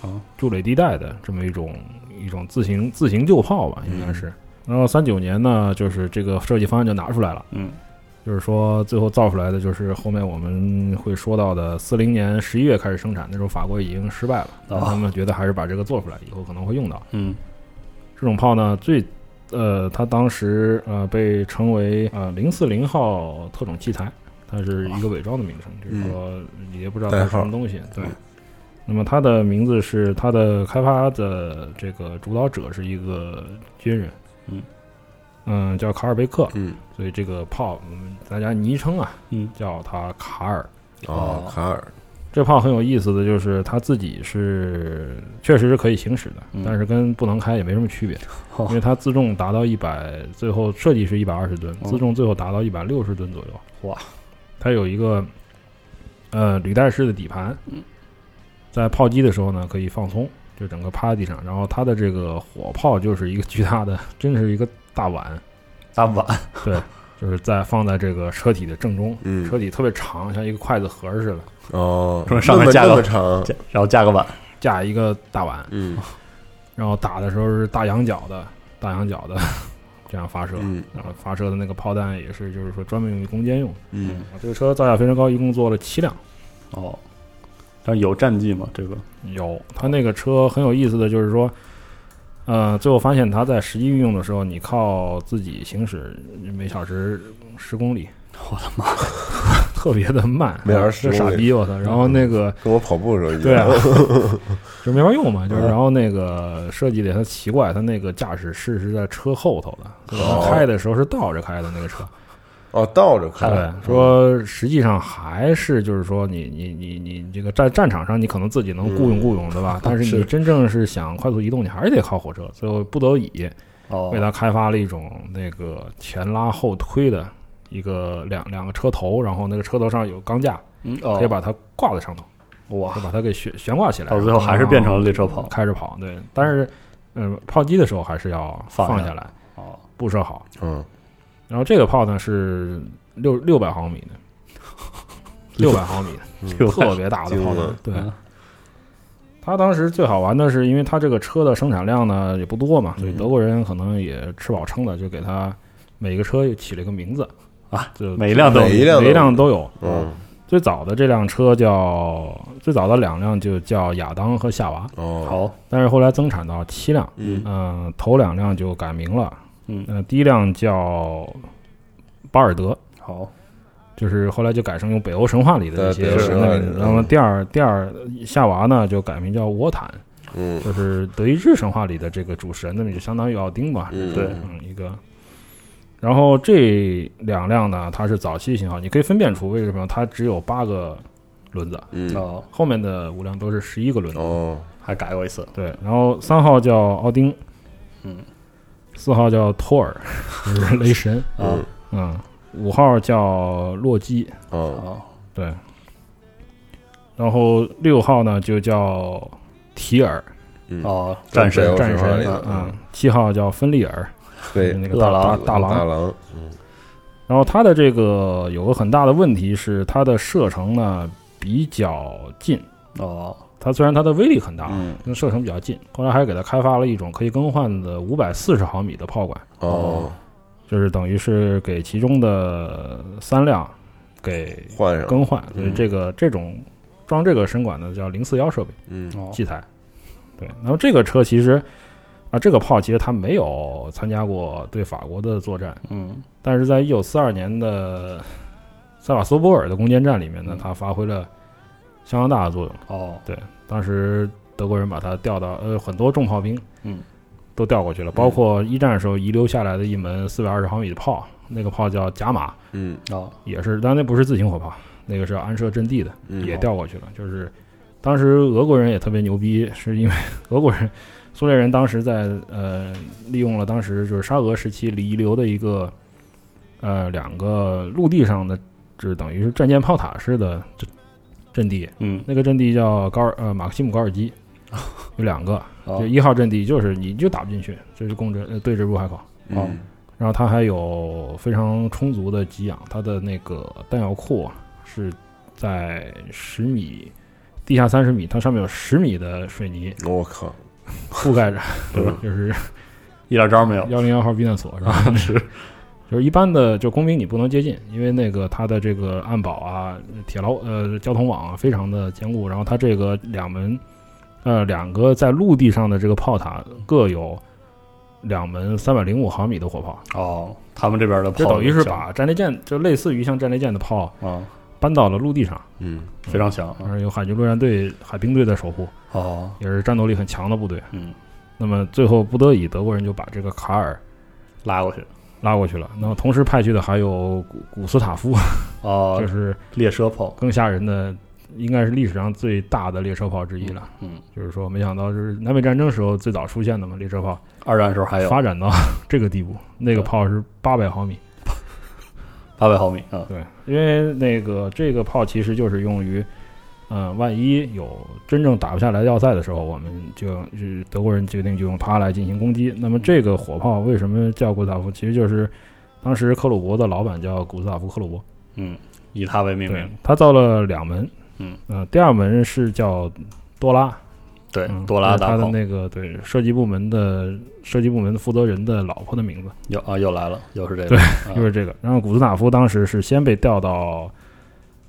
啊筑垒地带的这么一种一种自行自行救炮吧，应该是。然后三九年呢，就是这个设计方案就拿出来了。嗯就是说最后造出来的就是后面我们会说到的，四零年十一月开始生产，那时候法国已经失败了，但他们觉得还是把这个做出来，以后可能会用到嗯这种炮呢。最呃，它当时呃被称为呃零四零号特种器材，它是一个伪装的名称，就是说嗯你也不知道它是什么东西。对，那么它的名字是它的开发的这个主导者是一个军人，嗯嗯，叫卡尔贝克，嗯，所以这个炮，嗯，大家昵称啊，嗯，叫它卡尔。哦，卡尔，这炮很有意思的就是它自己是确实是可以行驶的，嗯但是跟不能开也没什么区别，哦 因为它自重达到一百，最后设计是一百二十吨，哦自重最后达到一百六十吨左右。哇！它有一个呃履带式的底盘，嗯在炮击的时候呢可以放松，就整个趴在地上，然后它的这个火炮就是一个巨大的，真是一个大碗，大碗 就是在放在这个车体的正中，嗯车体特别长，像一个筷子盒似的，哦，说上来那么架个这么长，架然后架个碗，架一个大碗，嗯然后打的时候是大仰角的，大仰角的 这样发射，嗯然后发射的那个炮弹也是就是说专门用于攻坚用。嗯，啊这个车造价非常高，一共做了七辆。哦，但是有战绩吗？这个有，它那个车很有意思的就是说，呃，最后发现它在实际运用的时候，你靠自己行驶每小时十公里， 我的妈，特别的慢，每小时15这傻逼我嗯操！然后 那个跟我跑步的时候一样。对啊， 就没法用嘛，嗯就是然后那个设计的它奇怪，它那个驾驶室是在车后头的，就是它开的时候是倒着开的那个车，哦，倒着开，对，说实际上还是就是说你你你你你这个在战场上你可能自己能嗯雇佣雇佣对吧？但是你是真正是想快速移动，你还是得靠火车，最后不得已哦为，它开发了一种那个前拉后推的一个两两个车头，然后那个车头上有钢架，嗯可以哦，把它挂在上头，哇就，把它给悬悬挂起来，到最后还是变成了列车跑开着跑。对，但是嗯，炮击的时候还是要放放下下来，哦，布设好。嗯，然后这个炮呢是六六百毫米的， 六百毫米的。六特别大的炮惊弹了。对嗯，他当时最好玩的是，因为他这个车的生产量呢也不多嘛，嗯所以德国人可能也吃饱撑的，就给他每个车又起了一个名字啊，就每一辆都每一辆都每一辆都有。嗯，最早的这辆车叫最早的两辆就叫亚当和夏娃，哦，好，但是后来增产到七辆。嗯嗯、头两辆就改名了。嗯呃，第一辆叫巴尔德，好，就是后来就改成用北欧神话里的对一些北欧神神话话里里的的然后第二第二夏娃呢就改名叫沃坦，嗯就是德意志神话里的这个主神，那么就相当于奥丁吧。嗯对嗯，一个。然后这两辆呢，它是早期型号，你可以分辨出为什么它只有八个轮子，嗯，哦，后面的五辆都是十一个轮子。哦，还改过一次，对，然后三号叫奥丁，嗯，四号叫托尔，就是雷神，啊嗯，嗯，五号叫洛基，哦，哦，对。然后六号呢就叫提尔，嗯哦，战北神欧，战神话神里的嗯啊，七号叫芬利尔，对就是，那个饿大大狼大大狼。狼，哦然后它的这个有个很大的问题是，它的射程呢比较近。哦，它虽然它的威力很大，嗯，但射程比较近。后来还给它开发了一种可以更换的五百四十毫米的炮管，哦，就是等于是给其中的三辆给换上，更换。嗯所以这个这种装这个声管的叫零四幺设备。嗯，哦，器材。对，然后这个车其实啊，这个炮其实它没有参加过对法国的作战，嗯，但是在一九四二年的塞瓦斯波尔的攻坚战里面呢嗯，它发挥了相当大的作用。哦，当时德国人把它调到呃很多重炮兵，嗯，都调过去了，包括一战的时候遗留下来的一门四百二十毫米的炮，那个炮叫甲马，嗯哦，也是，但那不是自行火炮，那个是安设阵地的。嗯，也调过去了。就是当时俄国人也特别牛逼，是因为俄国人、苏联人当时在呃利用了当时就是沙俄时期遗留的一个呃两个陆地上的，就是等于是战舰炮塔式的阵阵地，嗯，那个阵地叫高尔呃马克西姆高尔基，有两个，哦就，一号阵地就是你就打不进去，就是共振呃对着入海口。嗯，然后它还有非常充足的给养，它的那个弹药库是在十米地下三十米，它上面有十米的水泥 我靠，覆盖着，对吧？ 就是一点招没有，幺零幺号避难所 是吧？是，就是一般的就工兵你不能接近，因为那个它的这个暗堡啊、铁牢呃交通网啊非常的坚固，然后它这个两门呃两个在陆地上的这个炮塔各有两门三百零五毫米的火炮。哦，他们这边的炮就等于是嗯强把战列舰，就类似于像战列舰的炮啊，搬到了陆地上，嗯，非常强然啊，后有海军陆战队、海兵队在守护，哦，也是战斗力很强的部队。嗯，那么最后不得已，德国人就把这个卡尔拉过去，拉过去了。那么同时派去的还有古古斯塔夫，哦就，是列车炮，更吓人的，应该是历史上最大的列车炮之一了。嗯，就是说，没想到就是南北战争时候最早出现的嘛，列车炮二战时候还有发展到 这个地步，那个对炮是八百毫米。八百毫米啊，对，因为那个这个炮其实就是用于，嗯、万一有真正打不下来要塞的时候，我们就是德国人决定就用它来进行攻击。那么这个火炮为什么叫古斯塔夫？其实就是当时克虏伯的老板叫古斯塔夫·克虏伯，嗯，以它为命名，他造了两门，嗯，呃，第二门是叫多拉，对嗯，多拉就是大他的炮那个对设计部门的设计部门负责人的老婆的名字。又啊又来了，又是这对个，就啊是这个。然后古斯塔夫当时是先被调到，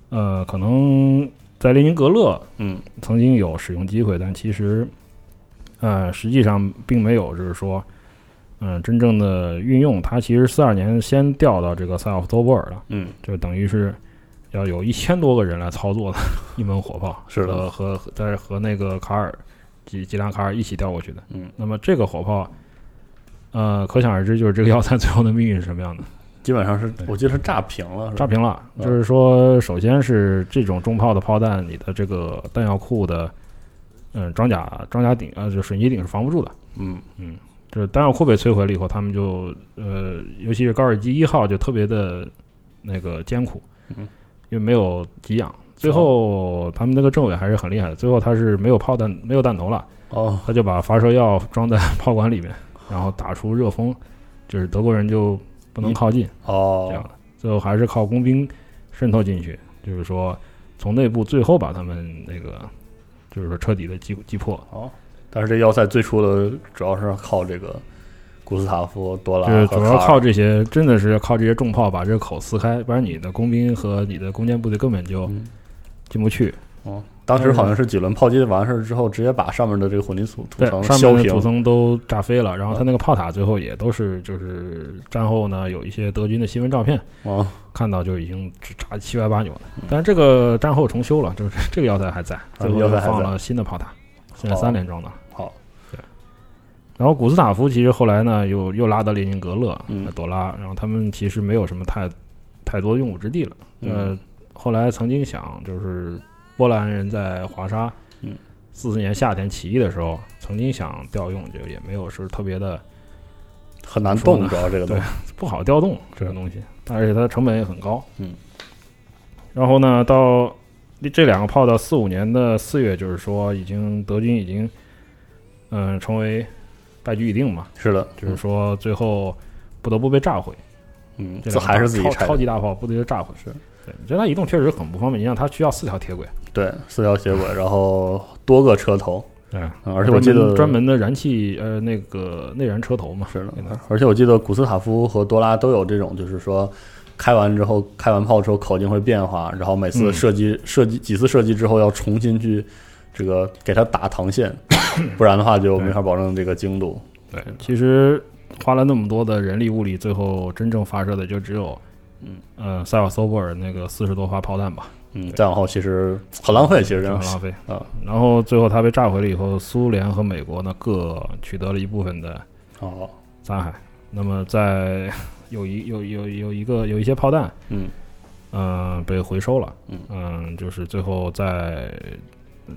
呃，可能在列宁格勒嗯，曾经有使用机会，但其实，呃，实际上并没有，就是说，嗯、真正的运用。他其实四二年先调到这个塞奥夫托波尔了，嗯，就等于是要有一千多个人来操作的一门火炮，是的和和和但是和那个卡尔吉吉良卡尔一起调过去的。嗯，那么这个火炮，呃，可想而知，就是这个要塞最后的命运是什么样的。基本上是我记得是炸平了，是吧炸平了，嗯就是说，首先是这种重炮的炮弹，你的这个弹药库的，嗯，装甲装甲顶呃，就水泥顶是防不住的。嗯就是弹药库被摧毁了以后，他们就呃，尤其是高尔基一号就特别的那个艰苦，嗯因为没有给养。最后他们那个政委还是很厉害的，最后他是没有炮弹没有弹头了，哦，他就把发射药装在 炮管里面，然后打出热风，就是德国人就不能靠近。这样哦的，最后还是靠工兵渗透进去，就是说从内部最后把他们那个就是说彻底的击击破，但是这要塞最初的主要是靠这个古斯塔夫多拉就是和主要卡尔靠这些，真的是靠这些重炮把这个口撕开，不然你的工兵和你的弓箭部队根本就嗯进不去。哦，当时好像是几轮炮击完事儿之后，直接把上面的这个混凝土土对，层上削面的土平。嗯层都炸飞了，然后他那个炮塔最后也都是就是战后呢有一些德军的新闻照片。哦，看到就已经炸嗯得七歪八扭了，但是这个战后重修了，就是这个要塞还在，最后要又塞还在放了新的炮塔，现在好三连装的。好，然后古斯塔夫其实后来呢，又又拉到列宁格勒、嗯呃朵拉，然后他们其实没有什么太太多用武之地了。呃嗯，后来曾经想，就是波兰人在华沙，嗯，四四年夏天起义的时候，曾经想调用，就也没有是特别的很难说呢动，主要这个东西。不好调动这个东西，而且它的成本也很高。嗯，然后呢，到这两个炮到四五年的四月，就是说已经德军已经嗯、成为败局已定嘛，是的，就是说最后不得不被炸毁。嗯，这这还是自己超拆超的。级大炮，不得就炸毁。是，对，你这它移动确实很不方便。你像它需要四条铁轨，对，四条铁轨，然后多个车头，对，嗯而且我记得专门的燃气呃那个内燃车头嘛，是的给它，而且我记得古斯塔夫和多拉都有这种，就是说开完之后，开完炮之后口径会变化，然后每次嗯射击、射击几次射击之后要重新去这个给它打膛线，不然的话就没法保证这个精度。对，其实花了那么多的人力物力，最后真正发射的就只有，嗯，呃，塞瓦索波尔那个四十多发炮弹吧，嗯，再往后其实很浪费，其实这真样很浪费啊。然后最后它被炸毁了以后，苏联和美国呢各取得了一部分的哦，残骸。那么在有一有有有一个有一些炮弹，嗯嗯、被回收了，嗯就是最后在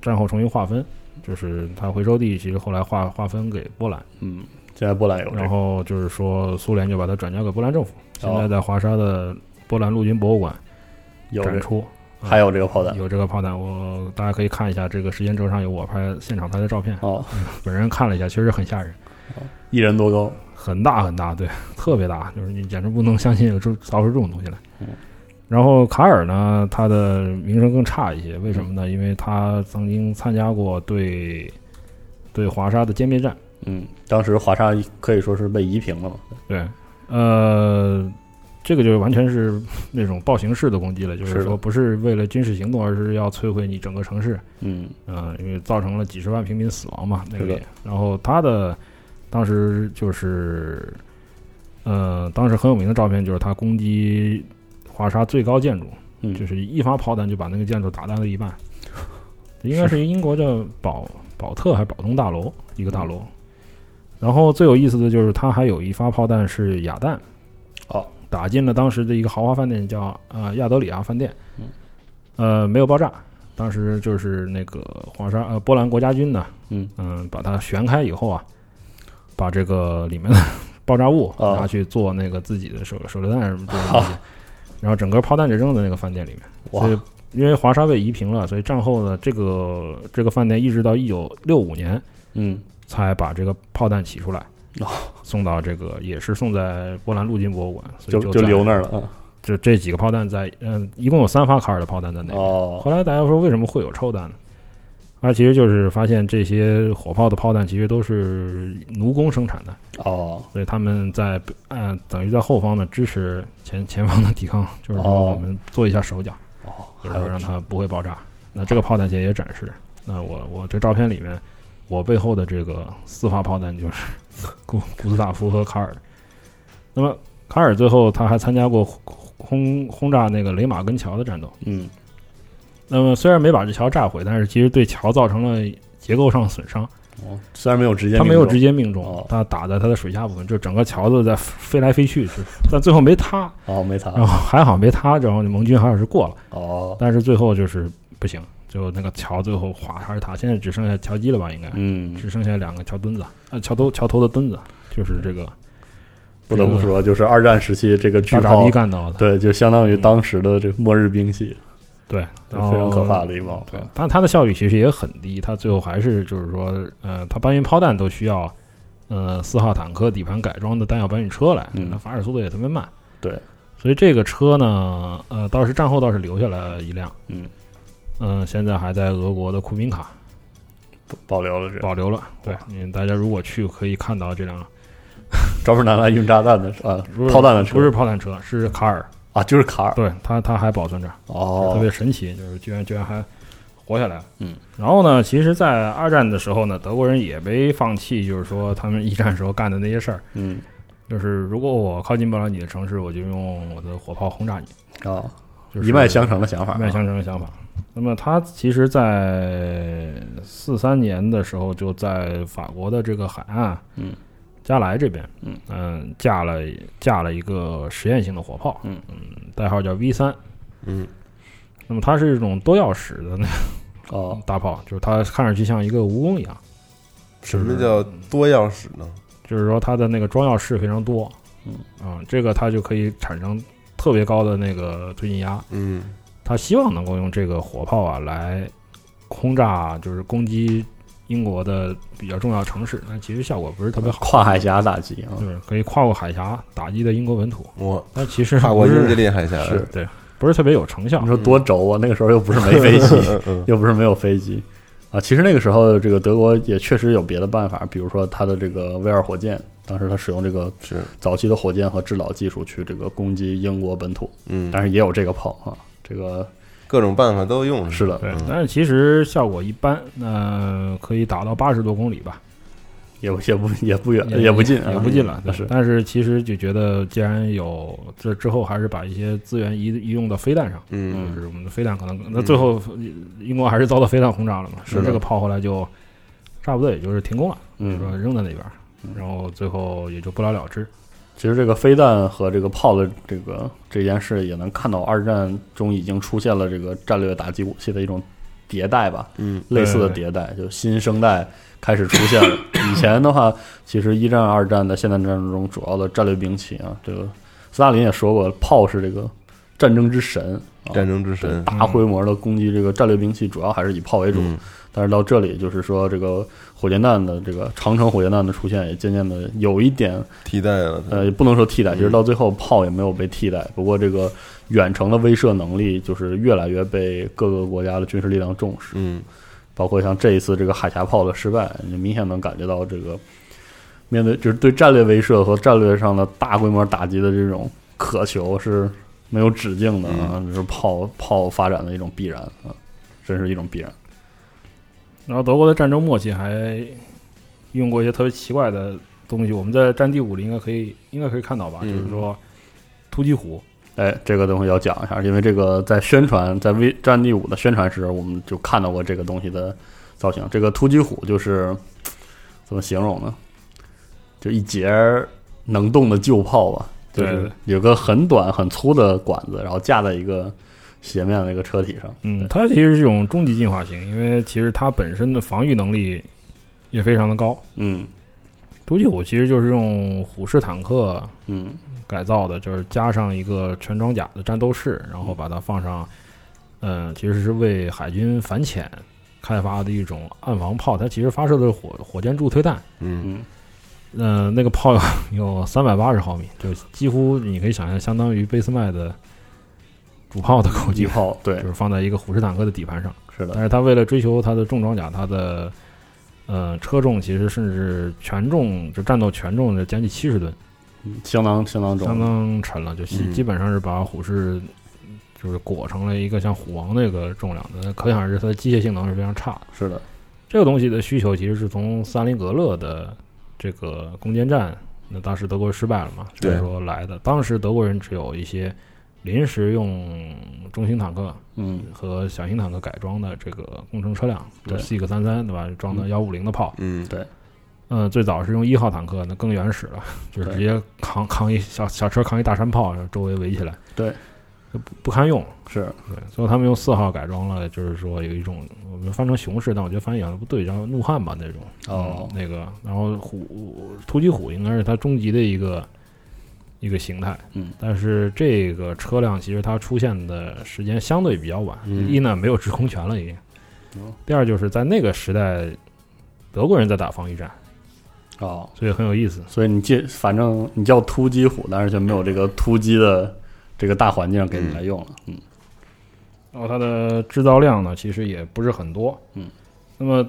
战后重新划分，就是它回收地其实后来划划分给波兰，嗯，现在波兰有这然个，后就是说苏联就把它转交给波兰政府，现哦在在华沙的波兰陆军博物馆有这展个，出，嗯还有这个炮弹。有这个炮弹，我大家可以看一下，这个时间轴上有我拍现场拍的照片，哦，本人看了一下，确实很吓人。一人多高，很大很大，对，特别大，就是你简直不能相信有这造出这种东西来嗯。然后卡尔呢，他的名声更差一些，为什么呢？因为他曾经参加过对对华沙的歼灭战，嗯，当时华沙可以说是被夷平了嘛。对，呃，这个就是完全是那种暴行式的攻击了，就是是的说不是为了军事行动，而是要摧毁你整个城市，嗯，嗯，因为造成了几十万平民死亡嘛，那个是的里。然后他的当时就是，呃，当时很有名的照片就是他攻击华沙最高建筑，嗯就是一发炮弹就把那个建筑打烂了 一半。应该是英国叫保保特还是保东大楼一嗯个大楼。然后最有意思的就是他还有一发炮弹是哑弹，哦，打进了当时的一个豪华饭店叫呃亚德里亚饭店，嗯呃没有爆炸。当时就是那个华沙呃波兰国家军呢，嗯把它旋开以后啊，把这个里面的 爆炸物啊拿去做那个自己的手手榴弹什么之类的东西，然后整个炮弹就扔在那个饭店里面。哦哇所以因为华沙被夷平了，所以战后呢，这个这个饭店一直到一九六五年嗯，才把这个炮弹取出来哦，送到这个也是送在波兰陆军博物馆，所就以就在留那儿了。嗯就这几个炮弹在嗯，一共有三发卡尔的炮弹在那里。哦，后来大家说为什么会有臭弹呢？它其实就是发现这些火炮的炮弹其实都是奴工生产的，哦，所以他们在呃等于在后方呢支持前前方的抵抗，就是说哦我们做一下手脚，哦，就是还有说让它不会爆炸。那这个炮弹节也展示，那我我这照片里面，我背后的这个四发炮弹就是 古古斯塔夫和卡尔。那么卡尔最后他还参加过轰轰炸那个雷马跟桥的战斗。嗯那么虽然没把这桥炸毁，但是其实对桥造成了结构上损伤。哦，虽然没有直接，他没有直，接命中哦，他打在他的水下部分，就整个桥子在飞来飞去，是但最后没塌，哦，没擦然，后还好没塌，然后盟军还是过了，哦，但是最后就是不行，最后那个桥最后垮还是塌，现在只剩下桥基了吧，应该嗯，只剩下两个桥墩子，呃，桥头桥头的墩子，就是这个不得不说，就是二战时期这个嗯巨大傻炮逼，干到的，对，就相当于嗯当时的这个末日兵器，对，非然后常可怕的一炮。哦对，但它的效率其实也很低，它最后还是就是说，呃，它搬运炮弹都需要，呃，四号坦克底盘改装的弹药搬运车来，嗯那发射速度也特别慢。对，所以这个车呢，呃，倒是战后倒是留下了一辆，嗯嗯、现在还在俄国的库宾卡保留了这保留了。对，嗯，大家如果去可以看到这辆，专门拿来运炸弹的啊不，是炮弹的车不是炮弹车，是卡尔，啊，就是卡尔对它它还保存着。哦，特别神奇，就是居然居然还活下来了。嗯，然后呢，其实，在二战的时候呢，德国人也没放弃，就是说他们一战时候干的那些事儿，嗯就是如果我靠近不了你的城市，我就用我的火炮轰炸你，啊，就是一脉相承的想法，啊一脉相承的想法。那么他其实，在四三年的时候，就在法国的这个海岸，嗯，加莱这边，嗯嗯，架了架了一个实验性的火炮，嗯代号叫 V 三，嗯，那么它是一种多钥匙的那哦，大炮，就是它看上去像一个蜈蚣一样，什么叫多钥匙呢？就是说它的那个装药室非常多，嗯啊、这个它就可以产生特别高的那个推进压。嗯他希望能够用这个火炮啊来轰炸，就是攻击英国的比较重要城市，但其实效果不是特别好，跨海峡打击啊，就是可以跨过海峡打击的英国本土，我但其实跨过不英吉是利海峡是不是特别有成效你。说多轴嗯啊？那个时候又不是没飞 机，嗯嗯又不是没有飞机啊。其实那个时候，这个德国也确实有别的办法，比如说它的这个 V 二火箭，当时它使用这个是早期的火箭和制导技术去这个攻击英国本土，嗯，但是也有这个炮啊。这个各种办法都用是的，对嗯，但是其实效果一般，那可以打到八十多公里吧。也也不也不远，也不近啊，也不近了。但但是但是其实就觉得，既然有这之后，还是把一些资源移移用到飞弹上，嗯就是我们的飞弹可能那最后英国还是遭到飞弹轰炸了嘛，嗯是的这个炮后来就差不多也就是停工了，就说嗯，扔在那边，然后最后也就不了了之。其实这个飞弹和这个炮的这个这件事，也能看到二战中已经出现了这个战略打击武器的一种迭代吧，嗯类似的迭代，就新生代开始出现了。以前的话，其实一战、二战在现代战争中主要的战略兵器啊，这个斯大林也说过，炮是这个战争之神，啊嗯战争之对神，大规模的攻击这个战略兵器，主要还是以炮为主。嗯但是到这里，就是说这个火箭弹的这个长城火箭弹的出现，也渐渐的有一点替代了它，呃，也不能说替代，其实到最后炮也没有被替代。不过这个远程的威慑能力就是越来越被各个国家的军事力量重视，嗯包括像这一次这个海峡炮的失败，你明显能感觉到这个面对就是对战略威慑和战略上的大规模打击的这种渴求是没有止境的啊，就是炮炮发展的一种必然啊，真是一种必然。然后德国的战争末期还用过一些特别奇怪的东西，我们在《战地五》里应该可以应该可以看到吧，嗯就是说突击虎。哎，这个东西要讲一下，因为这个在宣传在《V 战地五》的宣传时，我们就看到过这个东西的造型。这个突击虎就是怎么形容呢？就一节儿能动的旧炮吧，就对是对有个很短很粗的管子，然后架在一个斜面的一个车体上。嗯，它其实是一种终极进化型，因为其实它本身的防御能力也非常的高。嗯突击虎其实就是用虎式坦克嗯改造的，就是加上一个全装甲的战斗室，然后把它放上，嗯，其实是为海军反潜开发的一种岸防炮，它其实发射的是火火箭柱推弹，嗯嗯，嗯、那个炮 有三百八十毫米，就几乎你可以想象，相当于俾斯麦的主炮的口狙径，炮对就，是放在一个虎式坦克的底盘上。是的但，是它为了追求它的重装甲，它的呃车重其实甚至全重就战斗全重的将近七十吨，嗯相当相当重，相当沉了，就基嗯基本上是把虎式就是裹成了一个像虎王那个重量的，那可想而知它的机械性能是非常差的。是的，这个东西的需求其实是从斯大林格勒的这个攻坚战，那当时德国失败了嘛，所以对说来的。当时德国人只有一些临时用中型坦克嗯和小型坦克改装的这个工程车辆，对，C 个三三对吧？装的幺五零的炮，嗯，嗯，最早是用一号坦克，那更原始了，就是对直接扛扛一小小车扛一大山炮，然后周围围起来，对，就不不堪用。是对，最后他们用四号改装了，就是说有一种我们翻成雄式，但我觉得翻译好像不对，叫怒汉吧那种。哦嗯那个，然后虎突击虎应该是它终极的一个一个形态。嗯，但是这个车辆其实它出现的时间相对比较晚，一呢没有制空权了已经，嗯哦第二就是在那个时代，德国人在打防御战，哦，所以很有意思。所以你借，反正你叫突击虎，但是却没有这个突击的这个大环境给你来用了。嗯然后它的制造量呢，其实也不是很多。嗯，那么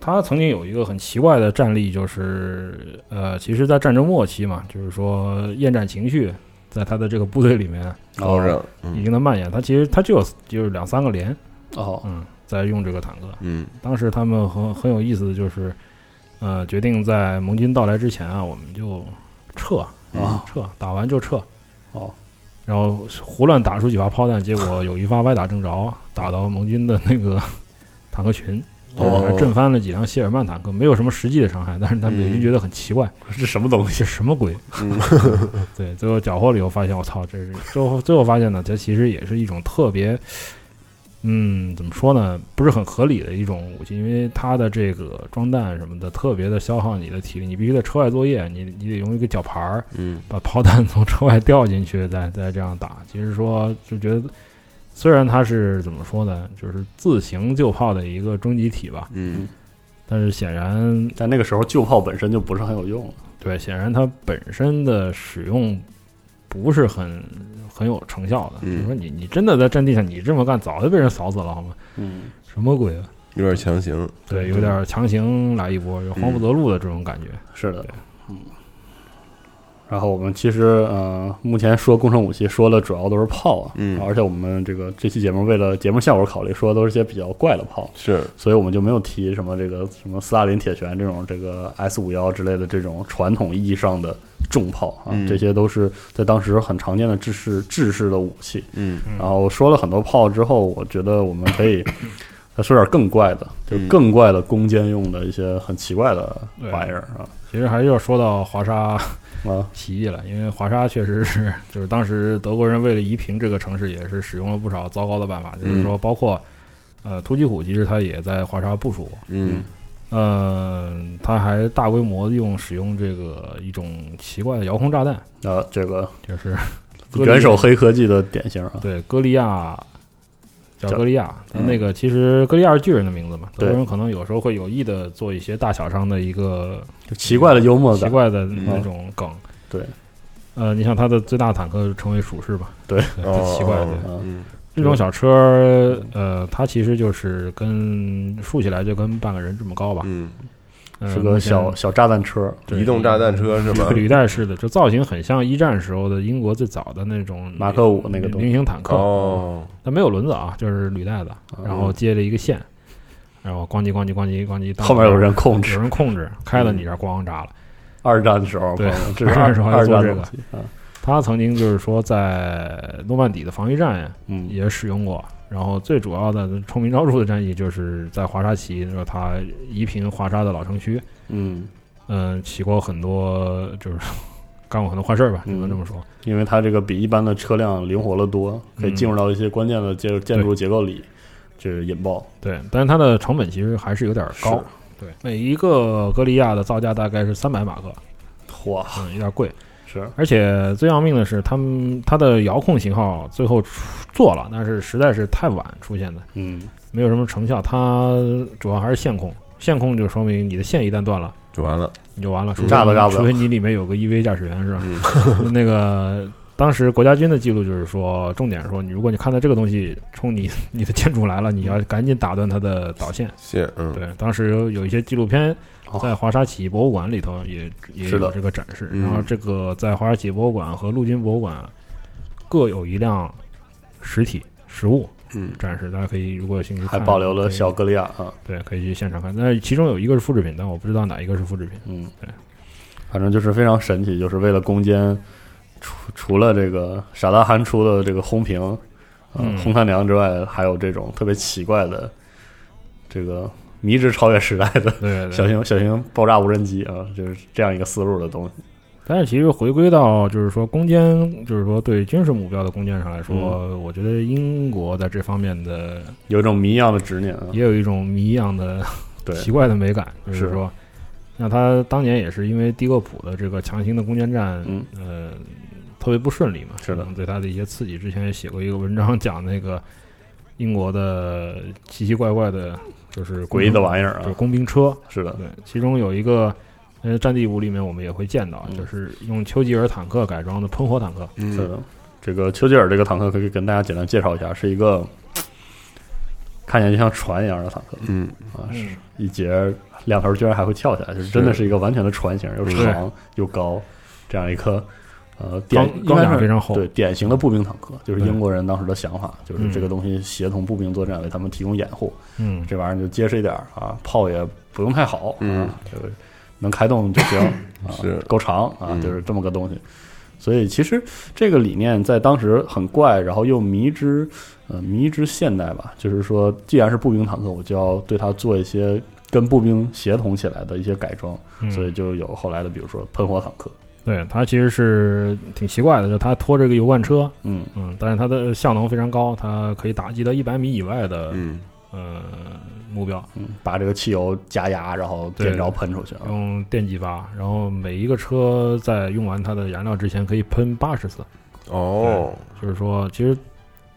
它曾经有一个很奇怪的战例，就是呃，其实，在战争末期嘛，就是说厌战情绪在它的这个部队里面高上，已嗯经在蔓延。它其实它就有就是两三个连，哦，嗯，在用这个坦克。嗯当时他们很很有意思的就是，呃，决定在盟军到来之前啊，我们就撤啊撤，打完就撤。哦，然后胡乱打出几发炮弹，结果有一发歪打正着，打到盟军的那个 坦克群，哦震翻了几辆谢尔曼坦克，没有什么实际的伤害，但是他们嗯已经觉得很奇怪， 这什么东西？这什么鬼？嗯 对，最后缴获了以后发现，我操，这是最后最后发现呢，这其实也是一种特别，嗯，怎么说呢，不是很合理的一种武器，因为它的这个装弹什么的特别的消耗你的体力，你必须在车外作业，你你得用一个绞盘儿嗯把炮弹从车外掉进去，再 再这样打。其实说就觉得，虽然它是怎么说呢，就是自行救炮的一个终极体吧，嗯但是显然但那个时候旧炮本身就不是很有用了。对，显然它本身的使用不是很很有成效的。嗯你说你你真的在战地上你这么干，早就被人扫死了好吗？嗯，什么鬼啊？嗯有点强行，对，有点强行来一波，有慌不择路的这种感觉。是的对，嗯。然后我们其实呃，目前说工程武器说的主要都是炮啊，嗯而且我们这个这期节目为了节目效果考虑，说的都是些比较怪的炮，是所以我们就没有提什么这个什么斯大林铁拳这种这个 S 五幺之类的这种传统意义上的重炮啊，嗯这些都是在当时很常见的制式制式的武器。嗯然后说了很多炮之后，我觉得我们可以 再说点更怪的，就嗯更怪的攻坚用的一些很奇怪的玩意儿啊其实还是要说到华沙啊，起义了，因为华沙确实是 就是当时德国人为了夷平这个城市，也是使用了不少糟糕的办法，就是说包括。呃，突击虎其实它也在华沙部署过，嗯嗯、它还大规模地用使用这个一种奇怪的遥控炸弹，啊，这个就是歌利元首黑科技的典型啊，对歌利亚叫叫歌利亚，嗯那个其实歌利亚是巨人的名字嘛，德对国人可能有时候会有意的做一些大小上的一个就奇怪的幽默奇感，嗯怪的那种梗。对，呃，你像他的最大坦克成为鼠式吧，对，最奇怪的哦啊嗯这种小车，呃，它其实就是跟竖起来就跟半个人这么高吧，嗯，呃是个小小炸弹车，对移动炸弹车是吧？履带式的，就造型很像一战时候的英国最早的那种马克五那个东西菱形坦克，哦，它没有轮子啊，就是履带子，哦然后接了一个线，然后咣叽咣叽咣叽咣叽，当后面有人控制嗯有。人控制，开到你这儿咣炸了。二战的时候，对朋友们这是 二战的时候还二做战这的个东西啊，他曾经就是说在诺曼底的防御战嗯，也使用过，然后最主要的臭名昭著的战役就是在华沙起义的时候，他夷平华沙的老城区，嗯，嗯，起过很多就是 干过很多坏事儿吧，只能这么说。因为它这个比一般的车辆灵活了多，可以进入到一些关键的建建筑结构里，嗯就是引爆对，但是它的成本其实还是有点儿高是。对，每一个格利亚的造价大概是三百马克，哇，嗯，有点贵。是而且最要命的是，他们它的遥控型号最后出做了，但是实在是太晚出现的，嗯，没有什么成效。它主要还是线控，线控就说明你的线一旦断了，就完了，你就完了，除非炸都炸不了除非你里面有个 EV 驾驶员是吧？ 嗯那个当时国家军的记录就是说，重点说你如果你看到这个东西冲你你的建筑来了，你要赶紧打断它的导线。谢嗯对，当时有有一些纪录片哦在华沙起义博物馆里头也也是有的这个展示。嗯然后这个在华沙起义博物馆和陆军博物馆各有一辆实体实物嗯展示，大家可以如果有兴趣还看，保留了可以小格利亚啊，对，可以去现场看。但是其中有一个是复制品，但我不知道哪一个是复制品。嗯对，反正就是非常神奇，就是为了攻坚除除了这个傻大憨出的这个轰平，呃嗯轰他娘之外，还有这种特别奇怪的这个迷之超越时代的对对小对。型小型爆炸无人机啊，就是这样一个思路的东西。但是其实回归到就是说攻坚，就是说对军事目标的攻坚上来说，嗯我觉得英国在这方面的有一种谜一样的执念啊，也有一种谜一样的 对奇怪的美感，就是说，那他当年也是因为迪洛普的这个强行的攻坚战，嗯呃，特别不顺利嘛，是的可能对他的一些刺激。之前也写过一个文章，讲那个英国的奇奇怪怪的，就是诡异的意玩意儿儿就是啊，工兵车，是的，对，其中有一个。呃，战地五里面我们也会见到，嗯就是用丘吉尔坦克改装的喷火坦克，是的。这个丘吉尔这个坦克可以跟大家简单介绍一下，是一个看起来就像船一样的坦克嗯，啊，是一节两头居然还会跳起来，就是真的是一个完全的船型，又是长又高，这样一颗呃装典应装该甲非是常厚，对典型的步兵坦克，就是对英国人当时的想法，就是嗯这个东西协同步兵作战为他们提供掩护，嗯，这玩意儿就结实一点儿啊，炮也不用太好，嗯啊，就是能开动就行啊，是够长啊，嗯就是这么个东西。所以其实这个理念在当时很怪，然后又迷之呃迷之现代吧，就是说，既然是步兵坦克，我就要对它做一些跟步兵协同起来的一些改装，嗯所以就有后来的，比如说喷火坦克，对它其实是挺奇怪的，就是它拖着个油罐车，嗯，嗯，但是它的效能非常高，它可以打击到一百米以外的、嗯，呃目标，嗯把这个汽油加压，然后点着对喷出去啊，用电击发，然后每一个车在用完它的燃料之前可以喷八十次，哦，就是说其实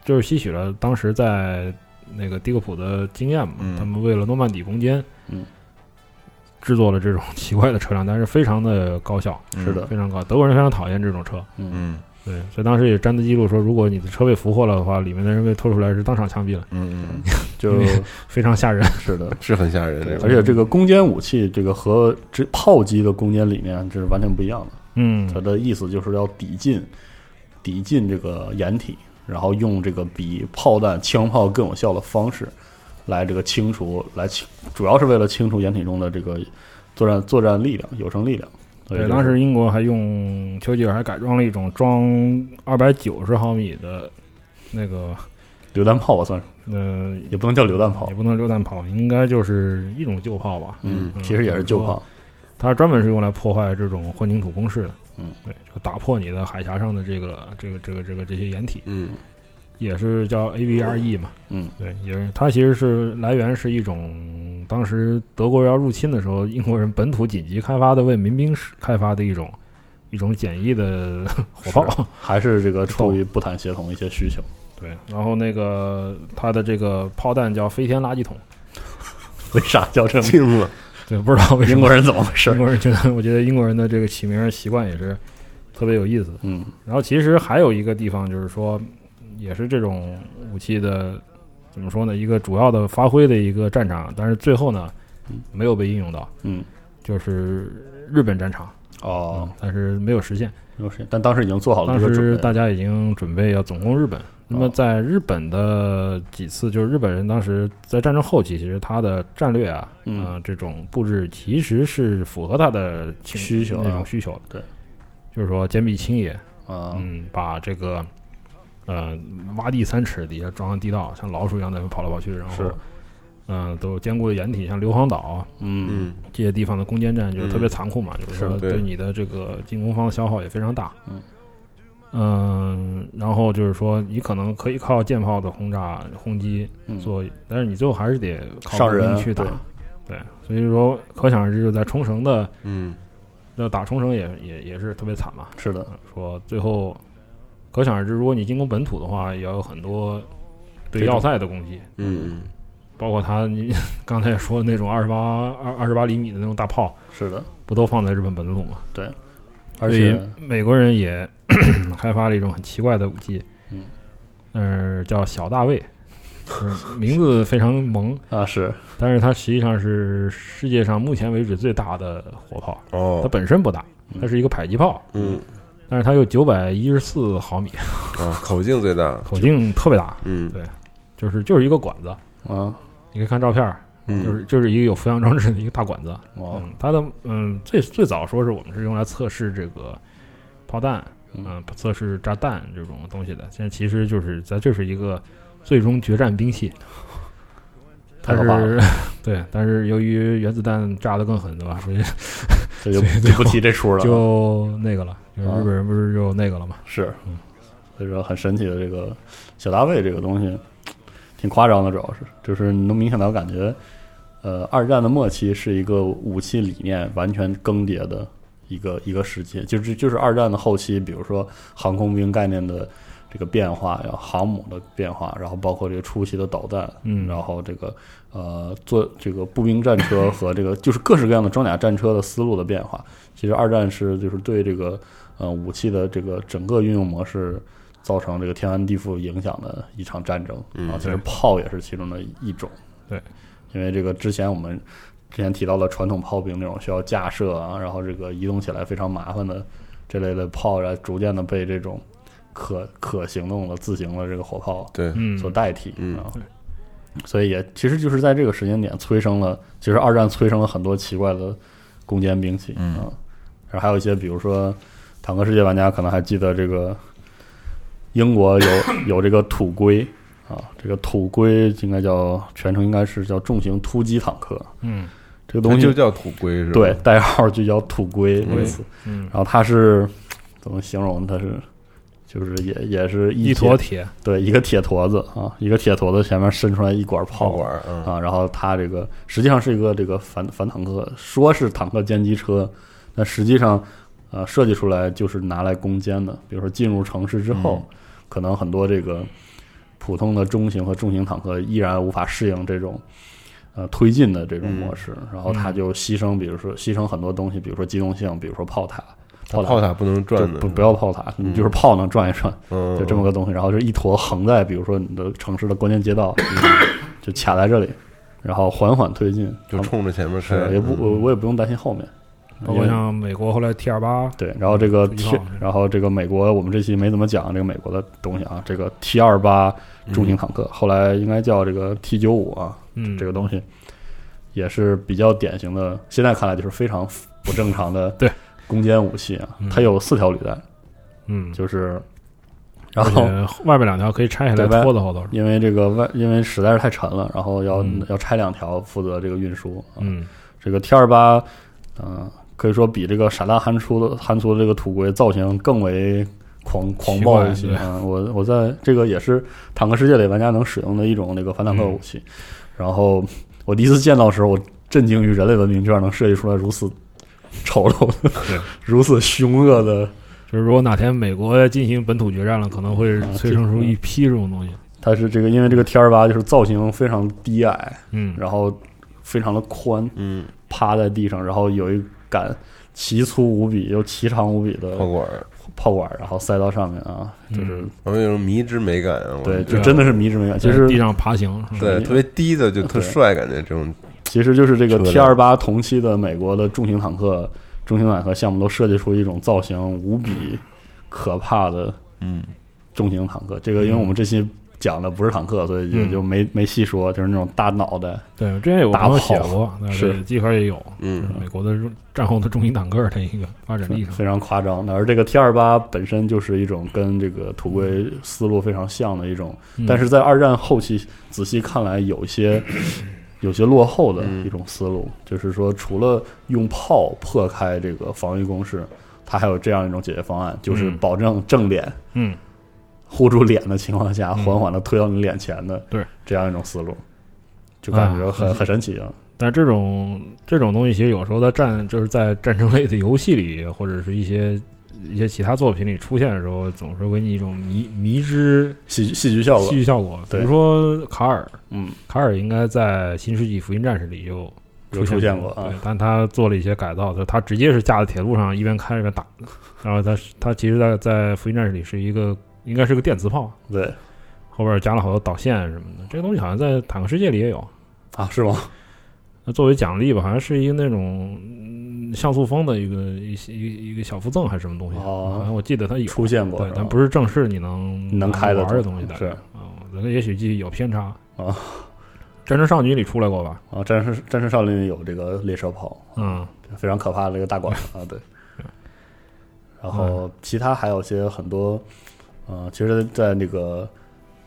就是吸取了当时在那个迪克普的经验嘛，嗯他们为了诺曼底攻坚，嗯，制作了这种奇怪的车辆，但是非常的高效，是的，非常高，德国人非常讨厌这种车，嗯，对，所以当时也詹德记录说，如果你的车被俘获了的话，里面的人被拖出来是当场枪毙了，嗯嗯，就因为非常吓人。是的，是很吓嗯人，这个而且这个攻坚武器，这个和这炮击的攻坚理念这是完全不一样的。嗯它的意思就是要抵近，抵近这个掩体，然后用这个比炮弹、枪炮更有效的方式来这个清除，来清，主要是为了清除掩体中的这个作战作战力量、有生力量。所以对，就是当时英国还用丘吉尔还改装了一种装二百九十毫米的那个，榴弹炮吧，算是 呃，也不能叫榴弹炮也，不能榴弹炮，应该就是一种旧炮吧。嗯嗯，其实也是旧炮，它专门是用来破坏这种混凝土工事的。嗯，对，就打破你的海峡上的这个这个这个这个这些掩体，嗯也是叫 AVRE E 嘛。嗯，对，也是它其实是来源是一种当时德国人要入侵的时候，英国人本土紧急开发的，为民兵使开发的一种 一种简易的火炮。还是啊这个出于不谈协同一些需求。 对，然后那个它的这个炮弹叫飞天垃圾桶， 为啥叫这么？惊了，对，不知道为什英么国人怎么回事英？国人觉得，我 觉得英国人的这个起名习惯也是特别有意思的。嗯然后其实还有一个地方就是说，也是这种武器的怎么说呢，一个主要的发挥的一个战场，但是最后呢没有被应用到，嗯，就是日本战场，哦嗯，但是没有实现。有谁？但当时已经做好了当这个时准备嗯大家已经准备要总攻日本。那么在日本的几次，就是日本人当时在战争后期，其实他的战略啊，嗯呃这种布置其实是符合他的情需求啊那种需求的。对，就是说坚壁清野，啊，嗯，把这个呃挖地三尺，底下装上地道，像老鼠一样在那跑来跑去，然后是嗯、呃都有坚固的掩体，像硫磺岛嗯嗯这些地方的攻坚战就是特别嗯残酷嘛，就是是说对对你的这个进攻方消耗也非常大。嗯嗯然后就是说你可能可以靠舰炮的轰炸轰击嗯做，但是你最后还是得靠上步兵人去打对。对，所以说可想而知，就在冲绳的嗯那打冲绳也也也是特别惨嘛。是的，啊说最后可想而知，如果你进攻本土的话，也要有很多对这种要塞的攻击，嗯包括他你 刚才也说的那种二十八二二十八厘米的那种大炮，是的，不都放在日本本土吗？而所以且美国人也 开发了一种很奇怪的武器，嗯，呃，叫小大卫，就是名字非常萌，啊是但是它实际上是世界上目前为止最大的火炮，它哦，本身不大，它是一个迫击炮，嗯但是它有九百一十四毫米，啊，口径最大，口径特别大，嗯就是就是一个管子，啊，你可以看照片儿，嗯，就是就是一个有俯仰装置的一个大管子。哦嗯，它的嗯最最早说是我们是用来测试这个炮弹嗯嗯，测试炸弹这种东西的。现在其实就是咱这是一个最终决战 兵器，它太可怕是对，但是由于原子弹炸得更狠，对吧？所以这就就不提这出了，就那个了，就是啊日本人不是就那个了嘛？是嗯，所以说很神奇的这个小大卫这个东西，挺夸张的，主要是就是你能明显的感觉，呃，二战的末期是一个武器理念完全更迭的一个一个时期，就是就是二战的后期，比如说航空兵概念的这个变化，然后航母的变化，然后包括这个初期的导弹，嗯然后这个呃做这个步兵战 车和这个就是各式各样的装甲战车的思路的变化。其实二战是就是对这个呃武器的这个整个运用模式造成这个天翻地覆影响的一场战争嗯啊，其实对炮也是其中的一种。对，因为这个之前我们之前提到了传统炮兵那种需要架设啊，然后这个移动起来非常麻烦的这类的炮，然后逐渐的被这种可可行动的自行的这个火炮对，嗯，所代替，嗯啊，所以也其实就是在这个时间点催生了，其实二战催生了很多奇怪的攻坚兵器，嗯啊，然后还有一些比如说坦克世界玩家可能还记得这个英国有 有这个土龟啊，这个土龟应该叫全称应该是叫重型突击坦克，嗯这个东就西叫土龟是吧？对，代号就叫土龟，嗯类似嗯，然后它是怎么形容？它是就是也也是一一坨铁，对，一个铁坨子啊，一个铁坨子前面伸出来一管好炮玩儿啊，啊，然后它这个实际上是一个这个反反坦克，说是坦克歼击车，但实际上呃设计出来就是拿来攻坚的。比如说进入城市之后，嗯可能很多这个普通的中型和重型坦克依然无法适应这种呃推进的这种模式，嗯然后它就牺牲，比如说牺牲很多东西，比如说机动性，比如说炮塔，炮塔炮塔不能就转的，不不要炮塔，你嗯就是炮能转一转。嗯，就这么个东西，然后就一坨横在，比如说你的城市的关键街 道，就卡在这里，然后缓缓推进，就冲着前面开是，也不嗯我我也不用担心后面，因包括为嗯像美国后来 T 二八，对，然后哦这个一 T，号然后这个美国，我们这期没怎么讲这个美国的东西啊，这个 T 二八重嗯型坦克，后来应该叫这个 T 九五啊，嗯，这个东西也是比较典型的，现在看来就是非常不正常的对攻坚武器啊嗯，它有四条履带，嗯，就是，然而后且外面两条可以拆下对来外拖到后头，因为这个外，因为实在是太沉了，然后要、嗯要拆两条负责这个运输。啊，嗯这个 T 二八，嗯，可以说比这个傻大憨粗的憨粗的这个土龟造型更为狂狂暴一奇些怪。嗯，我我在这个也是坦克世界里玩家能使用的一种那个反坦克武嗯器。然后我第一次见到的时候，我震惊于人类文明居然能设计出来如此丑陋的对、 如此凶恶的就是如果哪天美国进行本土决战了，可能会啊催生出一批这种东西。它是这个，因为这个 T 二八就是造型非常低矮，嗯，然后非常的宽，嗯，趴在地上，然后有一杆奇粗无比又奇长无比的炮管儿，炮管，然后塞到上面啊，嗯就是、我们有种迷之美感啊，我对，觉就得真的是迷之美感。其在地实上爬行，嗯对，特别低的就特对帅，感觉这种其实就是这个车 T 辆二八同期的美国的重型坦克、重型坦克项目都设计出一种造型无比可怕的嗯，重型坦克。这个因嗯为我们这期讲的不是坦克，所以也嗯就没没细说，就是那种大脑袋。对，之前有个大朋友炮写过，那是这机壳也有，嗯美国的战后的重型坦克的一个发展历程。非常夸张的。而这个 T 二八本身就是一种跟这个土龟思路非常像的一种，嗯但是在二战后期仔细看来，有一 些有些落后的一种思路，就是说除了用炮破开这个防御工事，它还有这样一种解决方案，就是嗯保证正脸。嗯，护住脸的情况下，嗯缓缓的推到你脸前的，对这样一种思路，就感觉啊很很很神奇啊。但这种这种东西，其实有时候在战就是在战争类的游戏里，或者是一些一些其他作品里出现的时候，总是会给你一种迷迷之戏剧戏剧效果戏，剧效果。比对如说卡尔，嗯，卡尔应该在《新世纪福音战士》里有有出现过啊对，但他做了一些改造，就他直接是架在铁路上一边开一边打，然后他他其实在在福音战士里是一个应该是个电磁炮，对后边加了好多导线什么的，这个东西好像在坦克世界里也有。啊，是吗？那作为奖励吧，好像是一个那种嗯像素风的一个一些一个一个小附赠还是什么东西，哦好像我记得它有，出现过，对，是但吧不是正式你能能开玩的东东西的，是啊，那个也许记忆有偏差啊。战争少女里出来过吧？啊，战士战士少林里有这个列车炮，嗯，非常可怕的一个大管啊，对。 然后其他还有一些很多，呃，其实在，在那个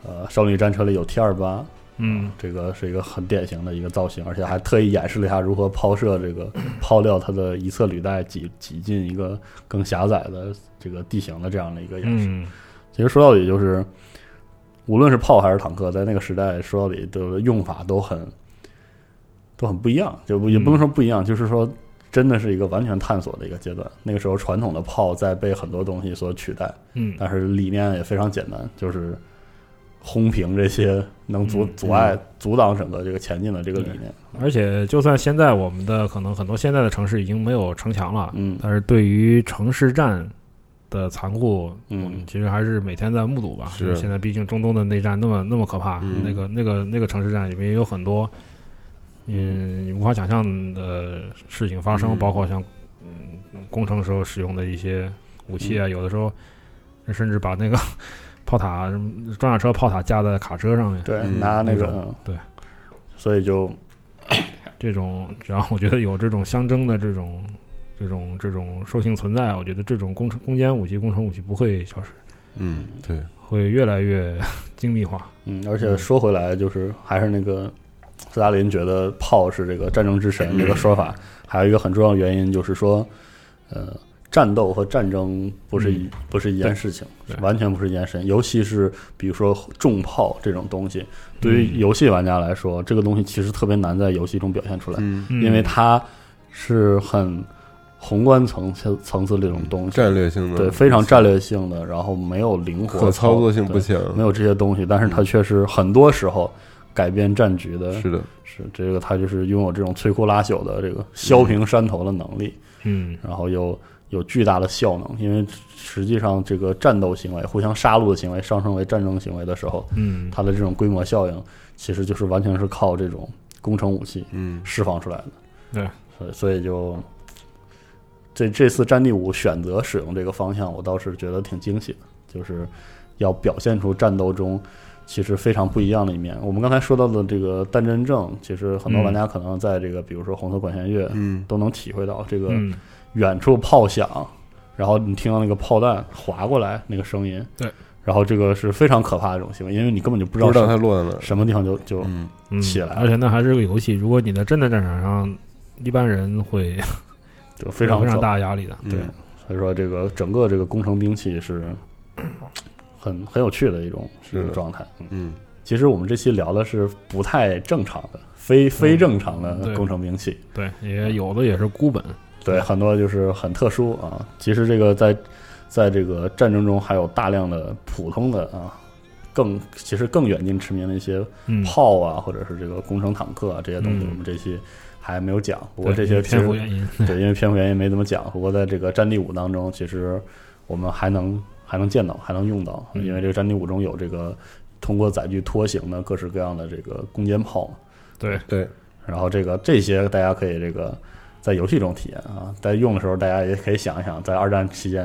呃《少女战车》里有 T 二八，嗯，这个是一个很典型的一个造型，而且还特意演示了一下如何抛射这个抛掉它的一侧履带挤挤进一个更狭窄的这个地形的这样的一个演示。嗯，其实说到底就是，无论是炮还是坦克，在那个时代说到底的用法都很都很不一样，就不也不能说不一样，就是说真的是一个完全探索的一个阶段。那个时候传统的炮在被很多东西所取代，嗯，但是理念也非常简单，就是轰平这些能阻嗯阻碍、阻挡整个这个前进的这个理念。而且就算现在我们的可能很多现在的城市已经没有城墙了，嗯但是对于城市战的残酷，嗯我们其实还是每天在目睹吧。是就是现在毕竟中东的内战那么那么可怕，嗯那个那个那个城市战里面也有很多，嗯，你无法想象的事情发生，嗯包括像嗯工程时候使用的一些武器嗯啊，有的时候甚至把那个 炮塔什么装甲车炮塔架在卡车上面，对，嗯拿那那个种嗯对，所以就这种只要我觉得有这种相争的这种这种这种兽性存在，我觉得这种工程攻坚武器、工程武器不会消失，嗯，对，会越来越 精密化。嗯，而且说回来，就是还是那个斯大林觉得炮是这个战争之嗯神这个说法，还有一个很重要的原因就是说，呃，战斗和战争不嗯是一、不是一件事情，对完全不是一件事情。尤其是比如说重炮这种东西，嗯对于游戏玩家来说，这个东西其实特别难在游戏中表现出来，嗯，嗯因为它是很宏观层次层次这种东西，嗯战略性的对，非常战略性的，然后没有灵活可操作性对不强，没有这些东西，但是它却是很多时候改变战局的，是的，是这个它就是拥有这种摧枯拉朽的这个削平山头的能力，嗯然后又有巨大的效能，因为实际上这个战斗行为、互相杀戮的行为上升为战争行为的时候，嗯，它的这种规模效应其实就是完全是靠这种工程武器嗯，释放出来的，对，所以所以就。这这次《战地五》选择使用这个方向，我倒是觉得挺惊喜的，就是要表现出战斗中其实非常不一样的一面。我们刚才说到的这个弹真正，其实很多嗯玩家可能在这个，比如说《红色管弦乐》，嗯，都能体会到这个嗯远处炮响，然后你听到那个炮弹划过来那个声音，对，然后这个是非常可怕的一种行为，因为你根本就不知不道知道它什落在哪儿，什么地方就就嗯，嗯起来了而且那还是个游戏，如果你在真的战场上，一般人会就 非常非常糟大压力的。对嗯，所以说这个整个这个工程兵器是很很有趣的一种是一的种状态。嗯，嗯，其实我们这期聊的是不太正常的、非非正常的嗯对工程兵器，对，也有的也是孤本。对，很多就是很特殊啊。其实这个在在这个战争中还有大量的普通的啊。更其实更远近驰名的一些嗯，炮啊，或者是这个工程坦克啊这些东西，嗯我们这期还没有讲。不过对这些其实篇幅原 因，对，因为篇幅原因没怎么讲。不过在这个《战地五》当中，其实我们还能还能见到，还能用到，嗯因为这个《战地五》中有这个通过载具拖行的各式各样的这个攻坚炮嘛。对对，然后这个这些大家可以这个在游戏中体验啊，在用的时候大家也可以想一想，在二战期间，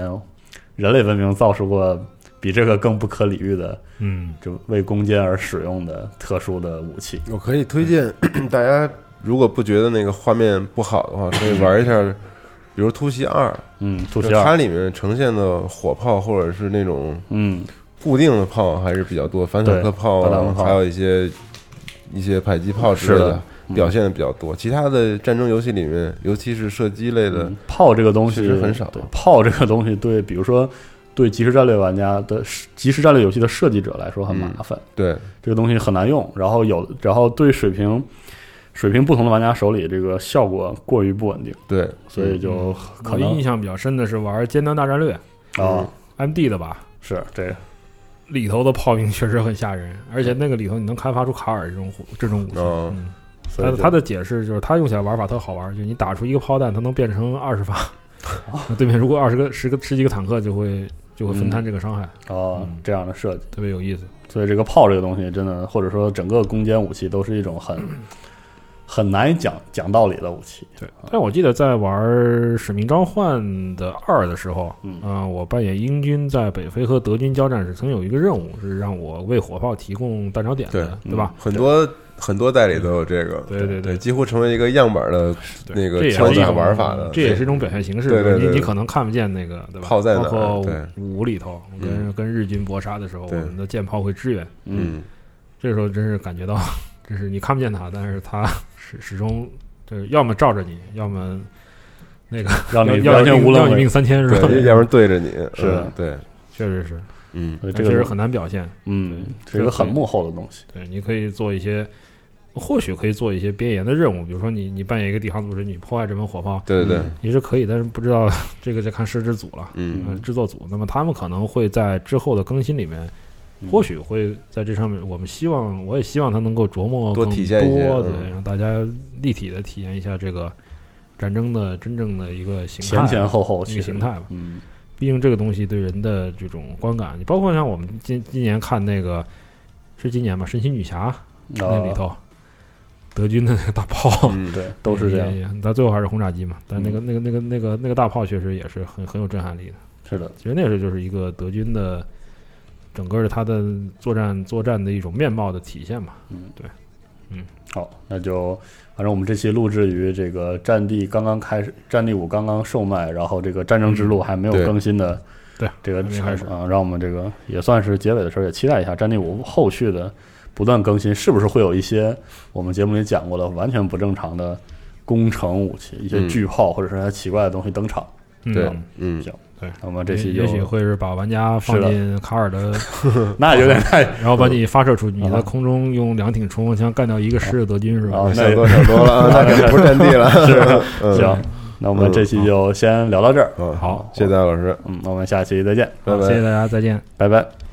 人类文明造出过比这个更不可理喻的，嗯就为攻坚而使用的特殊的武器。我可以推荐 大家，如果不觉得那个画面不好 的话，可以玩一下，比如《突袭二》，嗯，突就袭是它二，里面呈现的火炮或者是那种嗯，固定的炮还是比较多，反坦克炮对反坦克啊，炮还有一些一些迫击炮之类是的嗯表现的比较多。其他的战争游戏里面，尤其是射击类的嗯，炮这个东西确实很少对炮这个东西对，比如说对即时战略玩家的即时战略游戏的设计者来说很麻嗯烦，对，这个东西很难用。然后有，然后对水平水平不同的玩家手里，这个效果过于不稳定，对，所以嗯就可我印能象比较深的是玩《尖端大战略嗯啊、》 MD 的吧，是这个里头的炮兵确实很吓人，而且那个里头你能开发出卡尔这种这种武器。哦嗯，所他以就他的解释就是他用起来玩法特好玩，就你打出一个炮弹，它能变成二十发， 那对面如果二十个、十个、十几个坦克就会就会嗯分摊这个伤害，哦嗯这样的设计，特别有意思。所以这个炮这个东西真的，或者说整个攻坚武器都是一种很很难讲讲道理的武器。对，啊但我记得在玩《使命召唤》的二的时候，嗯呃我扮演英军在北非和德军交战时，曾有一个任务是让我为火炮提供弹着点的，对对吧？很多很多代理都有这个，对对对对，几乎成为一个样板的对那个这也是枪一种法玩法的，这也是一种表现形式。对对对你对你可能看不见那个，对吧？炮在哪包儿括对嗯五里头跟跟日军搏杀的时候，我对们的舰炮会支援。嗯，这时候真是感觉到，真是你看不见他，但是他始始终就是要么罩着你，要么那个让你要完全要无要论你命三千 是吧？嗯对，要不然对着你，是的嗯对，确实是，嗯，所以这确实个很难表现。嗯，是一个很幕后的东西。对，你可以做一些，或许可以做一些边沿的任务，比如说你你扮演一个抵抗组织，你破坏这门火炮，对对对，也是可以，但是不知道 这个再看摄制组了，嗯呃，制作组，那么他们可能会在之后的更新里面。嗯或许会在这上面，我们希望，我也希望他能够琢磨多更体现一些多嗯对，让大家立体的体验一下这个战争的真正的一个形态前前后后一其个实形态吧。嗯，毕竟这个东西对人的这种观感，你包括像我们今今年看那个是今年吧，《神奇女侠》哦那里头，德军的那个大炮嗯，对，都是这样，样，到最后还是轰炸机嘛。但那个那个那个那个那个大炮确实也是很很有震撼力的。是的，其实那是就是一个德军的整个的他的作战作战的一种面貌的体现嘛。好，那就反正我们这期录制于这个《战地》刚刚开始，《战地五》刚刚售卖，然后这个《战争之路》还没有对更新的对这个嗯还没开始啊，让我们这个也算是结尾的时候，也期待一下《战地五》后续的不断更新，是不是会有一些我们节目里讲过的完全不正常的工程武器，一些嗯巨炮或者是它奇怪的东西登场。嗯对，嗯，那么这也期就也许会是把玩家放是的进卡尔的，那 有点太然后把你发射出 去，你在啊空中用两挺冲锋枪干掉嗯一个师的德军是吧啊？那想哦多想多了啊，那肯定不是占地了， 嗯 行，那我们这期就先聊到这儿。嗯，好，谢谢大家老师，嗯，那我们下期再见，拜拜谢谢。大家，再见。拜拜拜。拜。